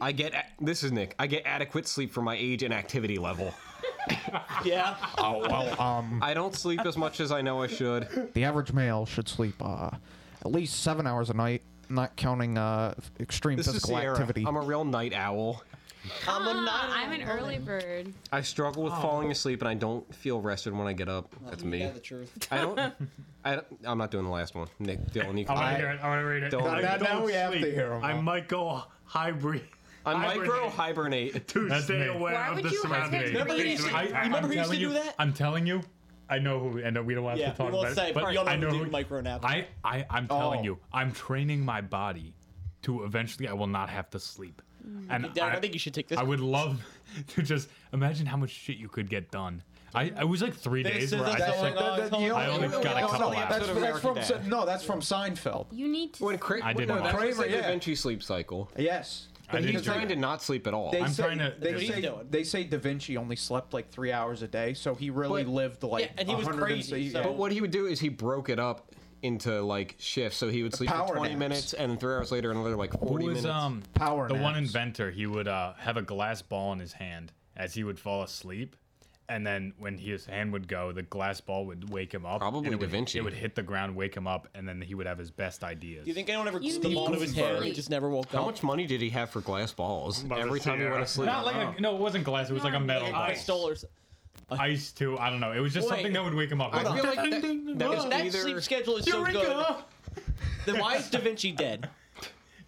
B: I get a- this is Nick. I get adequate sleep for my age and activity level.
G: [LAUGHS] yeah.
K: Oh well, um,
B: I don't sleep as much as I know I should.
I: The average male should sleep uh, at least seven hours a night, not counting uh, extreme
B: This is
I: physical
B: Sierra.
I: activity.
B: I'm a real night owl.
G: I'm,
J: Ah, I'm an early bird.
B: I struggle
G: Oh.
B: with falling asleep and I don't feel rested when I get up. That's me.
G: Yeah, the truth.
B: I don't. I don't, I'm not doing the last one. Nick, Dylan,
F: I
B: you can.
F: want to hear it. I want to read it.
B: Don't-
F: I
B: Now-
F: don't
B: now we have to
F: sleep.
B: hear 'em
F: I
B: all.
F: might go hybrid.
A: [LAUGHS]
B: I
F: hibernate
B: micro hibernate.
F: To stay aware
J: Why
F: of
J: would
F: the
J: you hibernate?
F: surroundings.
J: Remember he used to-
F: I-
J: you
F: I-
J: remember
F: I'm
J: he used to
F: telling
J: do
F: you-
J: that?
A: I'm telling you, I know who, and we don't have
G: Yeah,
A: to talk
G: we won't
A: about
G: say,
A: it. But
G: but you'll know
A: I know
G: who
A: who,
G: did micro naps.
A: I, I, I'm telling
G: Oh.
A: you, I'm training my body to eventually I will not have to sleep. And
G: Dad, I think you should take this.
A: I would
F: [LAUGHS]
A: love to just imagine how much shit you could get done. I, I was like three
G: This
A: days where
G: is
A: I
G: a
A: just
G: going
A: like
G: on
K: That- that- you
A: I
K: know-
A: only
K: you know,
A: got a
K: no,
A: couple
K: no,
A: hours.
K: that's, that's from
B: American Dad.
K: no, that's from Seinfeld.
J: You need to.
B: When Cra-
A: I did
B: no,
A: not.
B: that's
K: Kramer,
B: Kramer,
K: yeah.
B: Da Vinci sleep cycle.
K: Yes.
B: I
K: They
B: didn't
K: say-
B: trying to not sleep at all.
K: They
A: I'm
K: say,
A: trying to-
K: They
A: What are you
K: say,
A: doing?
K: they say Da Vinci only slept like three hours a day, so he really
B: But-
K: lived like.
G: Yeah, and he was
K: 100 and
G: crazy,
K: se-
G: so-
B: But what he would do is he broke it up into like shifts, so he would sleep for
K: Power
B: 20
K: naps.
B: minutes and then three hours later another like 40
A: Who was
B: minutes.
A: um
K: Power
A: the one
K: naps.
A: inventor? He would uh, have a glass ball in his hand as he would fall asleep, and then when his hand would go, the glass ball would wake him up.
B: Probably
A: and it
B: Da
A: would,
B: Vinci.
A: It would hit the ground, wake him up, and then he would have his best ideas.
G: Do you think anyone ever
J: You
G: just the ball of his hair? He
J: need-
G: just never woke
B: How
G: up.
B: much money did he have for glass balls? Every time he went to sleep.
A: Not like a, no, it wasn't glass. It was like a metal
G: Like a
A: ice,
G: crystal or s-
A: ice too. I don't know. It was just
G: Wait.
A: something that would wake him up.
B: I
A: Like,
B: feel like that, that was
G: If that
B: either-
G: sleep schedule is so good,
A: Eureka!
G: then why is Da Vinci dead?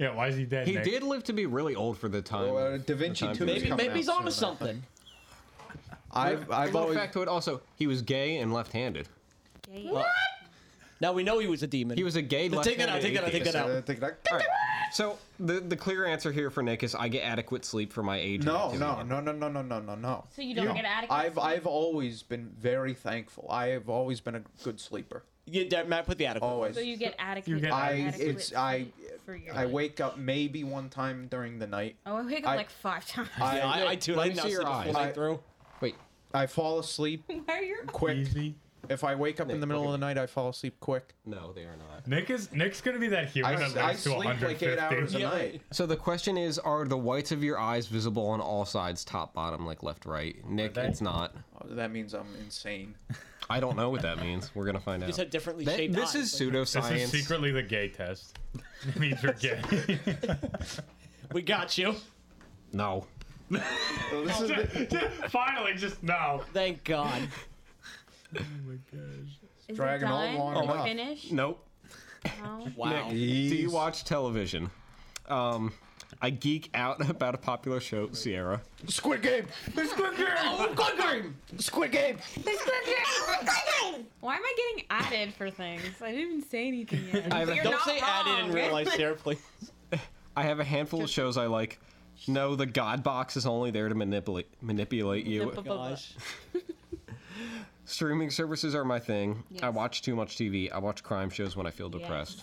A: yeah, why is he dead?
B: He
A: Nick?
B: did live to be really old for the time.
K: Well, uh, Da
B: the
K: Vinci
B: time
K: too.
B: period.
G: Maybe, maybe he's onto something.
K: I've, I've
B: Little
K: always.
B: factoid also, he was gay and left-handed.
J: What?
G: Now we know he was a demon.
B: He was a gay
G: But take
B: left-handed
G: that out, take that out, take
B: atheist.
G: that out.
K: Take that-
B: All right. So the the clear answer here for Nick is I get adequate sleep for my age.
K: No, no, no, no, no, no, no, no, no.
J: So you don't get adequate
K: I've
J: sleep?
K: I've always been very thankful. I have always been a good sleeper.
G: Yeah, Dad, Matt, put the adequate.
K: Always.
J: So you get adequate.
A: You get
K: I
J: adequate
K: it's I
J: for years.
K: I wake up maybe one time during the night.
J: Oh, I wake up
K: I-
J: like five times.
K: Let me see your eyes. I-
B: Wait.
K: I fall asleep
J: [LAUGHS] Why are your
K: quick. If I wake up in the middle of the night, I fall asleep quick.
B: No, they are not.
A: Nick is Nick's gonna be that human
K: I-
A: that
K: I
A: lives to
K: sleep like
A: 150.
K: eight hours a Yeah. night.
B: So the question is, are the whites of your eyes visible on all sides, top, bottom, like left, right? Nick,
K: they?
B: it's not.
K: Oh, That means I'm insane.
B: I don't know what that means. We're gonna find out.
G: differently
B: That- shaped this eyes, is like- pseudoscience.
A: This is secretly the gay test. [LAUGHS] It means you're gay.
G: we got you.
B: No.
A: this is Finally, just no.
G: Thank God.
J: Is
K: Dragging
J: it
K: on
J: done?
K: long
J: Did you
B: enough.
J: Finish?
B: Nope.
J: No.
B: Nick, do you watch television? Um, I geek out [LAUGHS] about a popular show, Sierra.
K: Squid Game.
J: Squid Game.
K: Squid Game. Squid Game.
J: Why am I getting added for things? I didn't even say anything yet.
B: I have a-
J: You're
B: Don't
J: not
B: say added in
J: wrong.
B: real life, Sarah.
G: [LAUGHS] Please.
B: I have a handful of shows I like. No, the God box is only there to manipulate manipulate you.
G: Gosh.
B: Streaming services are my thing. I
G: Yes.
B: watch too much TV. I watch crime shows when I feel depressed.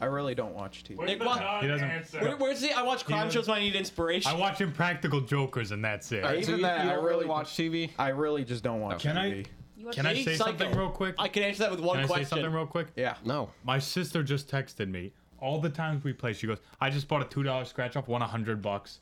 K: I really don't watch TV.
G: Nick, what?
A: He doesn't- answer?
G: Where, where's the? I watch crime
A: doesn't-
G: shows when I need inspiration.
A: I watch Impractical Jokers, and that's it.
K: Even that, I really
B: watch TV.
K: I really just don't watch
A: Can I-
K: TV.
J: You watch
A: Can I
J: Dating
A: say
J: Psycho.
A: something real quick?
G: I can answer that with one
A: Can I
G: question.
A: say something real quick?
K: Yeah.
B: No.
A: My sister just texted me. All the times we play, she goes, "I just bought a two dollar scratch off, won a hundred bucks."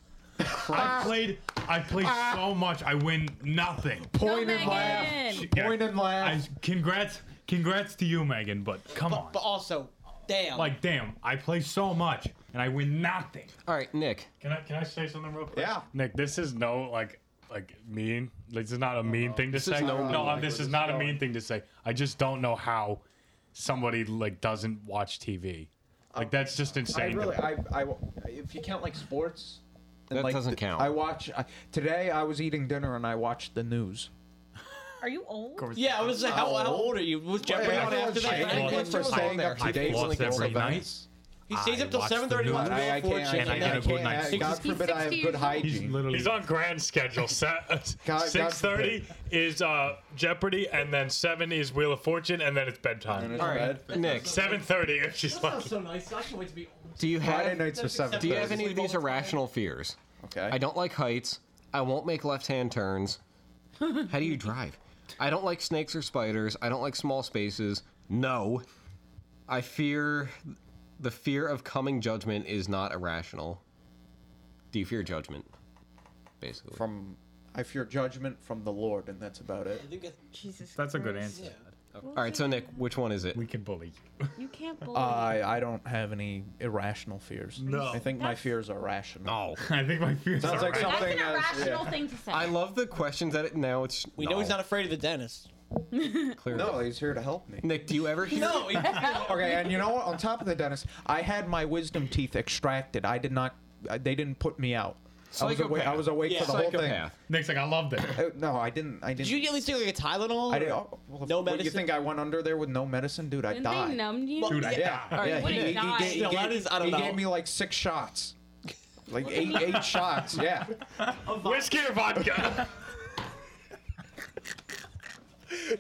A: I played. I played so much. I win nothing.
K: Point and laugh.
A: She- yeah,
K: Point and laugh.
A: I, congrats, congrats to you, Megan. But come on,
G: But also, damn.
A: like damn, I play so much and I win nothing.
B: All right, Nick.
A: Can I can I say something real quick?
K: Yeah.
A: Nick, this is no like like mean. This is not a mean thing to
B: This is
A: say.
B: no
A: No,
B: mean, like,
A: this
B: where
A: is
B: this
A: not
B: is
A: a mean
B: going.
A: thing to say. I just don't know how somebody like doesn't watch TV. Like that's just
K: I
A: insane. to
K: really,
A: me.
K: I, I, if you count like sports, and,
B: That
K: like,
B: doesn't
K: th-
B: count.
K: I watch I, today. I was eating dinner and I watched the news.
J: Are you old?
G: Yeah, I was like, how, how
K: No.
G: old are you? Was Jeopardy
K: Well,
G: on after
K: I
G: that?
K: lost-
G: Anyone
K: I
G: for
K: lost
G: staying
K: every
G: up to
K: night.
G: date?
K: I've
G: on
K: lost
G: the
K: every
G: world
K: night.
G: events? He stays
A: I
G: up till
A: watch the
G: 7:30
A: news.
G: on
A: I- I
K: can't-
G: Channel
K: I
G: four.
K: can't-
A: a good night's
K: I- God
A: sleep.
K: forbid I have good
A: He's
K: hygiene.
A: literally
N: He's on grand
A: [LAUGHS]
N: schedule. Set
K: God
N: six thirty is uh, Jeopardy, and then seven is Wheel of Fortune, and then it's bedtime.
B: All right, Nick.
N: Seven thirty if she's lucky.
G: so nice. I can't wait to be.
B: Do you have
K: Friday nights are seven.
B: Do you have any of these irrational fears?
K: Okay.
B: I don't like heights. I won't make left-hand turns. How do you drive? I don't like snakes or spiders. I don't like small spaces. No. I fear the fear of coming judgment is not irrational. Do you fear judgment? Basically.
K: From I fear judgment from the Lord, and that's about it.
J: Jesus.
A: That's a good
J: Christ.
A: answer.
B: All right, so Nick, which one is it?
A: We can bully
N: [LAUGHS]
A: you.
J: You can't believe.
K: I I don't have any irrational fears.
A: No.
K: I think my fears are rational.
B: No.
A: I think my fears
K: Sounds
A: are
K: like
A: right.
J: That's
K: something
J: an
K: else,
J: irrational
K: yeah.
J: thing to say.
B: Oh. I love the questions that it now it's
G: We know he's not afraid of the dentist.
B: clear.
K: No, he's here to help me.
B: Nick, do you ever hear
G: [LAUGHS] No, he-
K: Okay, and you know what? On top of the dentist, I had my wisdom teeth extracted. I did not. I- They didn't put me out. I was awake. I was awake
G: Yeah.
K: for the whole
B: psychopath?
A: Next thing, I loved it. [LAUGHS]
K: thing. Uh, no, I didn't. I didn't.
G: Did you at least take like a Tylenol?
K: I didn't.
G: or-
K: Oh, well,
G: No
K: what, You
G: medicine?
K: think I went under there with no medicine, dude? I
J: Didn't they
K: died.
J: numb you?
G: Well,
A: Dude, I
K: Yeah,
A: died.
J: Or
K: yeah.
J: you
K: He,
J: would've
K: he,
J: died.
K: gave- he
G: Still,
K: gave,
G: that is- I don't
K: he
G: know.
K: gave me like six shots, like eight eight shots. Yeah.
N: Whiskey or
A: [LAUGHS]
N: vodka?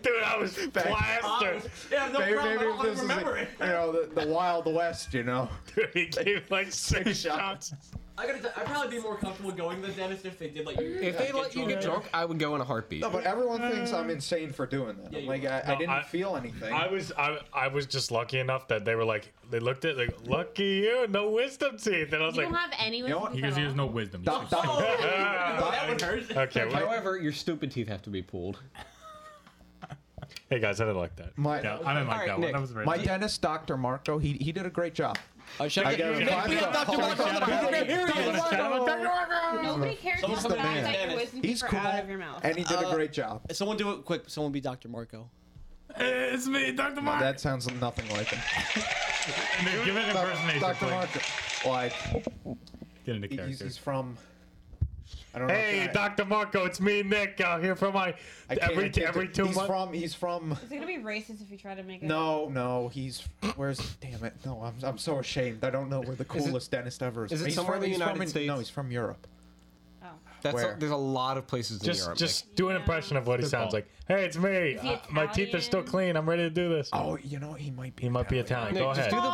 N: Dude, I was plastered.
G: [LAUGHS] Yeah, [LAUGHS] no
K: Maybe,
G: problem.
K: maybe
G: I don't
K: this is
G: remember it.
K: like, you know the, the Wild West, you
G: [LAUGHS]
K: know.
N: Dude, [LAUGHS] he gave like six shots.
G: I gotta. I'd probably be more comfortable going to the dentist if they did let [LAUGHS] you.
B: If they let you get drunk, I would go in a heartbeat.
K: No, but everyone thinks I'm insane for doing that. I'm
G: you
K: like
G: are.
K: I, I
N: No,
K: didn't
N: I-
K: feel anything.
N: I was I, I was just lucky enough that they were like they looked at like lucky you no wisdom teeth and I was
J: You
N: like
J: don't have any
K: know
J: wisdom.
K: what?
A: He has, he has no wisdom.
K: [LAUGHS]
A: He's
K: Doc- Doc-
G: Oh.
N: [LAUGHS]
G: that one hurts.
N: okay well,
B: However, your stupid teeth have to be pulled.
N: hey guys I didn't like that
K: My-
A: no, I didn't like that one.
B: Nick,
A: That was racist.
K: My dentist, Dr. Marco, he, he did a great job.
G: I should
K: I
G: I
K: got
G: get
K: a
G: Nick, we have
K: five-star
G: Dr. Marco on the
K: call.
G: program. Here he is.
J: Nobody cares
G: He's
J: about
G: the
J: the fact
G: man.
J: that your wisdom
K: He's
J: teeth
K: cool,
J: are out of your mouth.
K: and he did
G: Uh,
K: a great job.
G: Someone do it quick. Someone be Dr. Marco.
A: it's me, Dr. Mark.
K: That sounds nothing like him.
A: Nick, give it an impersonation,
K: Dr.
A: please.
K: Marco, like
A: Get
K: he- he's,
A: into character.
K: he's from. I don't know.
N: hey
K: if I-
N: Dr Marco it's me Nick out here for my
K: I can't- I
N: every
K: can't
N: every
K: do-
N: two
K: He's
N: months
K: from. He's from.
J: It's gonna be racist if you try to make it.
K: No, no, he's where's? Damn it! No, I'm, I'm so ashamed. I don't know where the coolest dentist ever is.
B: is it
K: he's
B: somewhere in
K: from,
B: the
K: he's
B: United
K: from
B: States?
K: No, he's from Europe.
J: Oh.
B: That's
O: Where?
B: a, there's a lot of places in
O: Just
B: Europe.
O: just do an impression of what he
B: Good
O: sounds
B: call.
O: like. Hey, it's me.
B: Is he
O: Uh, my teeth are still clean. I'm ready to do this. Oh,
K: you know he might be.
O: He might be Italian. Go ahead.
J: Oh,
O: Just do the
J: Dr.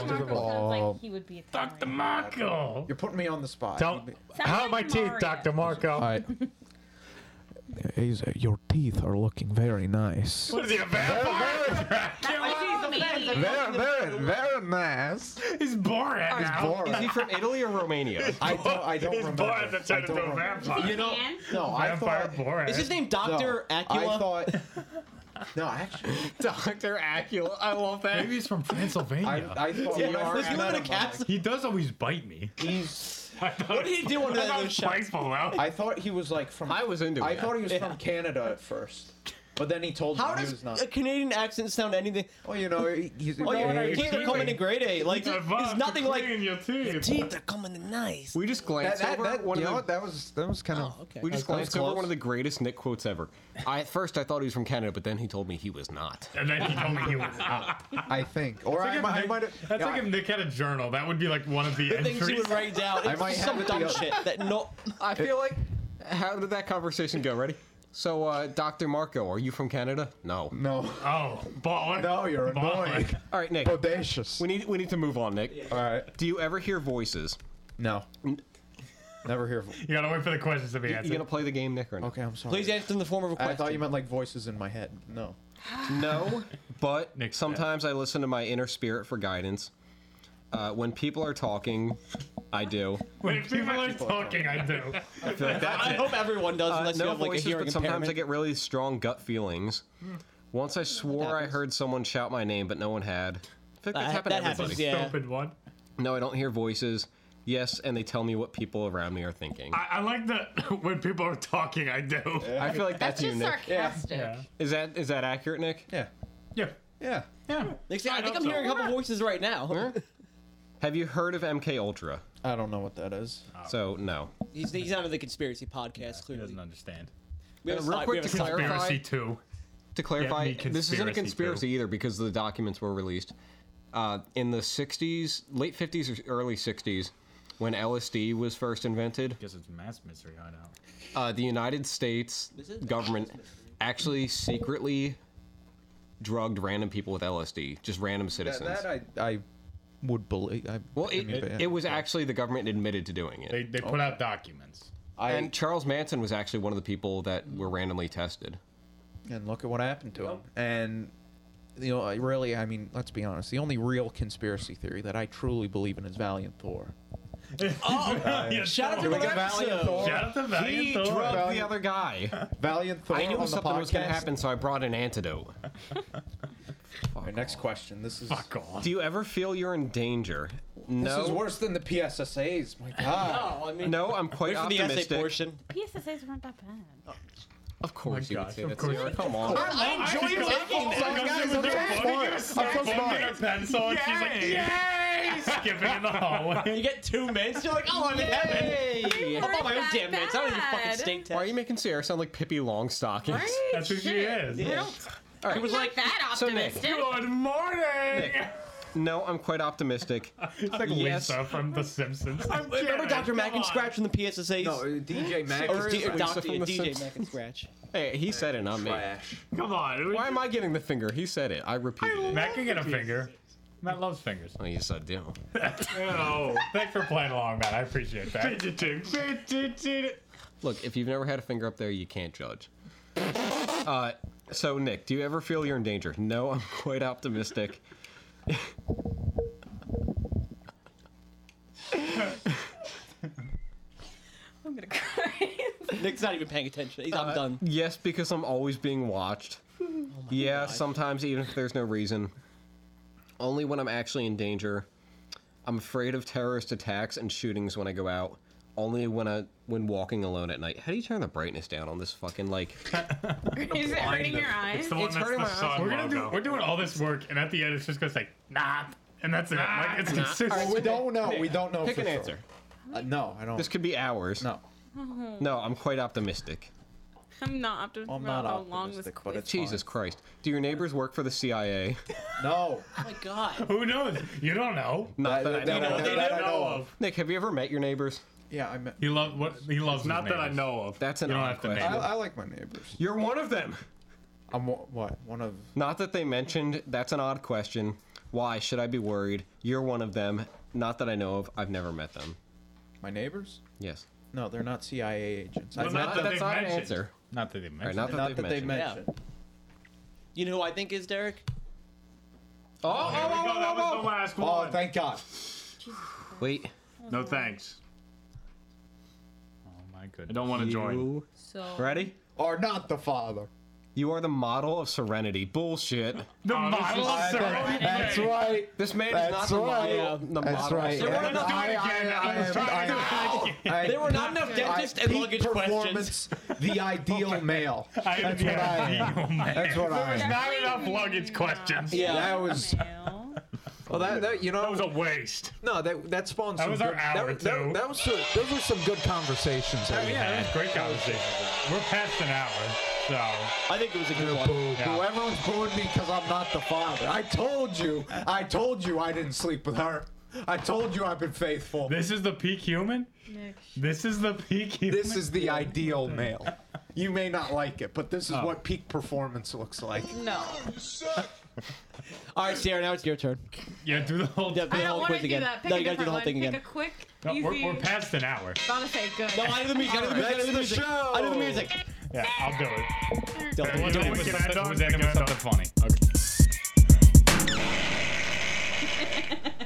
O: voice.
J: sounds like he would be Italian. Dr.
O: Marco.
K: You're putting me on the spot.
O: Tell, how are my teeth, Doctor Marco?
I: Is- your teeth are looking very nice.
O: What is he a vampire?
A: [LAUGHS]
I: Very, very, very nice.
O: He's Borat.
B: Is- Is he from Italy or Romania?
K: I don't, I don't
B: He's
K: remember.
B: Borat that turned
K: I don't
B: into a
K: remember.
B: vampire.
K: You know,
B: Can?
K: no, I
B: Vampire
K: thought.
B: Borat. Is his name Dr.
K: No, I
B: Acula?
K: thought. No, actually,
B: Doctor Acula. I love that.
A: Maybe he's from Pennsylvania.
K: I- I thought [LAUGHS]
G: [LAUGHS]
K: Yeah, we are does he live in a animal. castle?
A: He does always bite me. [LAUGHS]
K: He's.
A: What did he do under that little shot?
K: I thought he was like from.
A: I was into
K: I
A: it.
K: thought he was
A: Yeah.
K: from Canada at first, but then he told
G: How
K: me he
G: does
K: was not.
G: a Canadian accent sound anything?
K: Oh, you know, he's.
G: Oh,
K: What are
G: you
K: you
G: can't
K: doing?
G: come in a grade A. Like,
K: It's
G: it's
K: advanced
G: nothing like
K: cleaning
G: your teeth. are coming in nice. We
B: just glanced
K: that,
B: over
K: that,
B: one
K: you
B: of
K: know
B: the-
K: what? That was that was kind of. okay.
B: We just
K: That was
B: glanced over
K: close.
B: one of the greatest Nick quotes ever. I, at first, I thought he was from Canada, but then he told me he was not.
A: And then he told
K: [LAUGHS]
A: me he was out.
K: I think. Or
A: That's
K: I
A: like,
K: might- I
A: if,
K: might
A: Nick,
K: have-
A: that's
K: yeah,
A: like
K: I-
A: if Nick had a journal. That would be like one
K: [LAUGHS]
A: of the,
G: The
A: entries.
G: things you would write down. It's just some dumb shit that no.
B: I feel like. How did that conversation go? Ready? So, uh, Dr. Marco, are you from Canada? No.
K: No.
A: Oh, baller.
K: No, [LAUGHS] you're annoying.
B: All right, Nick.
K: Bodacious.
B: We need we need to move on, Nick.
K: All [LAUGHS] right.
B: Do you ever hear voices?
K: No. Never hear. Vo-
A: You gotta wait for the questions to be
B: You-
A: answered.
B: You gonna play the game, Nick, or no?
K: Okay, I'm sorry.
G: Please answer in the form of a
K: I
G: question.
K: thought you meant like voices in my head. No.
B: No, [LAUGHS] but sometimes I listen to my inner spirit for guidance. Uh, when people are talking, I do.
A: When people are talking, I do. [LAUGHS]
B: I feel like that's
G: I
B: it.
G: hope everyone does,
B: Uh,
G: unless
B: no
G: you have like
B: voices,
G: a hearing
B: but sometimes I
G: impairment.
B: get really strong gut feelings. Once I swore I
G: happens.
B: heard someone shout my name, but no one had. I feel like
G: That-
B: that's happened to
G: that happens,
B: everybody.
G: yeah.
A: Stupid one.
B: No, I don't hear voices. Yes, and they tell me what people around me are thinking.
A: I, I like that [LAUGHS] when people are talking, I do.
B: I feel like that's, you, Nick.
A: Yeah.
B: Is that is that accurate, Nick?
K: Yeah.
A: [LAUGHS] Yeah.
K: Yeah.
A: Yeah.
G: Next thing, I, think
A: hope
G: I'm
A: so.
G: hearing a couple voices right now.
B: Have you heard of MK Ultra?
K: I don't know what that is.
B: So no.
G: he's, he's out of the conspiracy podcast, clearly.
A: doesn't understand.
G: We have
B: Uh,
G: a
B: real
G: side- we
B: quick
G: have a
B: to
G: side-
B: clarify-
A: Conspiracy too.
B: To clarify,
A: Yeah, me
B: this isn't a
A: conspiracy,
B: conspiracy either because the documents were released uh, in the 60s, late 50s or early 60s, when LSD was first invented.
A: Guess it's mass mystery. I know.
B: Uh, the United States government actually secretly drugged random people with LSD, just random
K: That,
B: citizens.
K: that uh, I I would believe. I,
B: well, it,
K: I mean, yeah.
B: it, was actually the government admitted to doing it.
A: They, they put out documents.
K: I-
B: and Charles Manson was actually one of the people that were randomly tested.
K: and look at what happened to him. And you know, I really, I mean, let's be honest. The only real conspiracy theory that I truly believe in is Valiant Thor.
A: [LAUGHS] yeah,
G: shout out to
K: Here we
G: the
K: go, Valiant
G: episode.
K: Thor.
A: Shout out to Valiant
B: He
A: Thor.
B: drugged the other guy.
K: [LAUGHS] Valiant Thor
B: I knew
K: on
B: something
K: the
B: was going
K: podcast.
B: to happen, so I brought an antidote.
K: All right, next question. This is
B: Do you ever feel you're in danger?
K: this
B: No.
K: is worse than the PSSAs. My God.
G: No, Oh, I mean,
B: No, I'm quite
G: wait for the
B: optimistic.
G: essay portion.
J: PSSAs weren't that bad.
B: Of course, you would say
A: of
B: that.
A: course
B: Sierra.
A: you-
B: Come on.
G: I enjoy
A: She's
G: taking
A: got a
G: that.
A: phone,
G: Guys,
A: goes in
G: I'm
A: with
G: so
A: her
G: smart.
A: phone,
G: I'm
A: gets her
G: so
A: phone,
G: smart.
A: her pencil, and she's like, yay! Skipping in the hallway.
G: You get two minutes, you're like, oh, I'm in heaven.
B: Yay.
G: I'll buy my own
J: Weren't
G: damn
J: that
G: mints. I don't need a fucking
J: bad.
G: steak
B: Why are
G: test.
B: you making Sierra sound like Pippi Longstockings?
J: Right?
A: That's who she
J: Shit.
A: is.
J: I
A: Yeah.
J: don't-
B: All
G: He
B: right.
G: was like,
J: that
B: So, Nick,
J: optimistic.
A: Good morning.
B: No, I'm quite optimistic.
A: It's like
B: Yes.
A: Lisa from The Simpsons.
G: remember Dr. Mac and Scratch from the PSSAs?
K: No, DJ Mac.
G: Or
K: is
G: D- or
K: like-
G: Dr.
B: from The
G: DJ
B: Simpsons.
G: Mac and Scratch.
B: Hey, he said it, not me.
K: Trash.
A: Come on.
B: Why am I getting the finger? He said it. I repeated it.
A: Matt can get a finger. Matt loves fingers.
B: Oh, yes, I do.
A: Oh, thanks for playing along, Matt. I appreciate that.
B: Look, if you've never had a finger up there, you can't judge. Uh, so, Nick, do you ever feel you're in danger? No, I'm [LAUGHS] quite optimistic.
J: I'm gonna cry.
G: Nick's not even paying attention. He's, I'm
B: Uh,
G: done.
B: Yes, because I'm always being watched.
K: Oh
B: yeah, sometimes even if there's no reason. Only when I'm actually in danger. I'm afraid of terrorist attacks and shootings when I go out. Only when I when walking alone at night. How do you turn the brightness down on this fucking like?
J: is it hurting your eyes?
A: It's the one that's
B: hurting
A: the
B: my eyes.
A: sun
B: We're
A: we're,
B: gonna
A: gonna do, we're doing all this work, and at the end, it's just gonna say, nah. And that's it. Like, it's consistent.
K: Well, we don't know. We don't know.
B: Pick
K: for
B: an
K: sure.
B: answer.
K: Uh, no, I don't.
B: This could be hours. [LAUGHS]
K: No.
B: No, I'm quite optimistic.
J: I'm not optimistic
K: I'm
J: about
K: not
J: how long this
K: optimistic, but it's
B: Jesus Christ. Do your neighbors work for the CIA?
K: fine. No.
G: Oh my god.
A: Who knows? You don't know.
B: Not that, I know.
K: That- that-
B: of.
K: that I know of.
B: Nick, have you ever met your neighbors?
I: Yeah, I meant.
A: He loves what he loves.
I: Not that I know
A: of.
B: That's an
A: you don't
B: odd
A: have to
B: question.
A: name it.
I: I like my neighbors.
B: You're one of them.
I: I'm what? One of.
B: Not that they mentioned. That's an odd question. Why should I be worried? You're one of them. Not that I know of. I've never met them.
I: My neighbors?
B: Yes.
I: No, they're not CIA agents.
B: Well,
I: I've
B: not
I: met
B: that they've
I: them.
B: That's not an mentioned. answer.
A: Not that they mentioned.
B: not that
I: Not
B: they've
I: that they've
B: mentioned.
I: mentioned.
G: You know who I think is Derek?
B: Oh,
G: here we go. That was the
F: last
I: one. Oh, thank God.
B: Wait.
F: No thanks.
A: Oh my goodness.
F: I don't want to join.
B: You- Ready?
I: Are not the father.
B: You are the model of serenity. Bullshit.
F: The
B: Oh, this
F: model
B: is-
F: of serenity.
B: That's
I: right.
B: This man is not the model. The
I: That's
B: model.
I: right.
B: They were
I: And
B: not doing it again.
I: I-
B: They were
I: I-
B: trying to do
I: I-
B: it
I: I-
B: again.
I: I- I- peak performance, The
B: [LAUGHS]
I: ideal male.
F: I am
I: That's
F: the
I: what I
A: "Oh
F: ideal
I: am.
F: man.
I: That's what
F: There
I: I
F: was
I: am.
F: not enough luggage questions.
I: Yeah, that
G: [LAUGHS]
I: was. Well, that, that you know that was a
F: waste.
I: No, that that spawned.
F: That
I: some
F: was our
I: good,
F: hour,
I: that, that-
F: too.
I: that was some- those were some good conversations. that
A: Yeah,
I: we
A: yeah,
I: had.
A: that's great conversation. We're past an hour, so
G: I think it was a good
I: Boo. Boo. Everyone's booing me because I'm not the father. I told you. I told you I didn't sleep with her. I told you I've been faithful.
A: This is the peak human.
G: [LAUGHS]
A: This is the peak human.
I: This is the ideal male. You may not like it, but this is what peak performance looks like.
G: No. All right, Sarah. Now it's your turn.
A: Yeah, do the whole.
G: Yeah, do the
J: I don't
G: whole
J: want to
G: quiz
J: do
G: again.
J: that. Pick
G: no,
J: a
G: you gotta do
J: different
G: the whole
J: one.
G: thing
J: Pick
G: again.
J: a quick,
A: No,
J: easy.
A: we're, we're past an hour.
J: Gotta say good.
G: No, I do the music. I do the music. I do the music. I do the music.
A: Yeah, I'll do it.
G: Don't-
A: We're
G: don't-
A: ending with
G: don't-
A: something-
G: don't-
A: we're ending with something funny.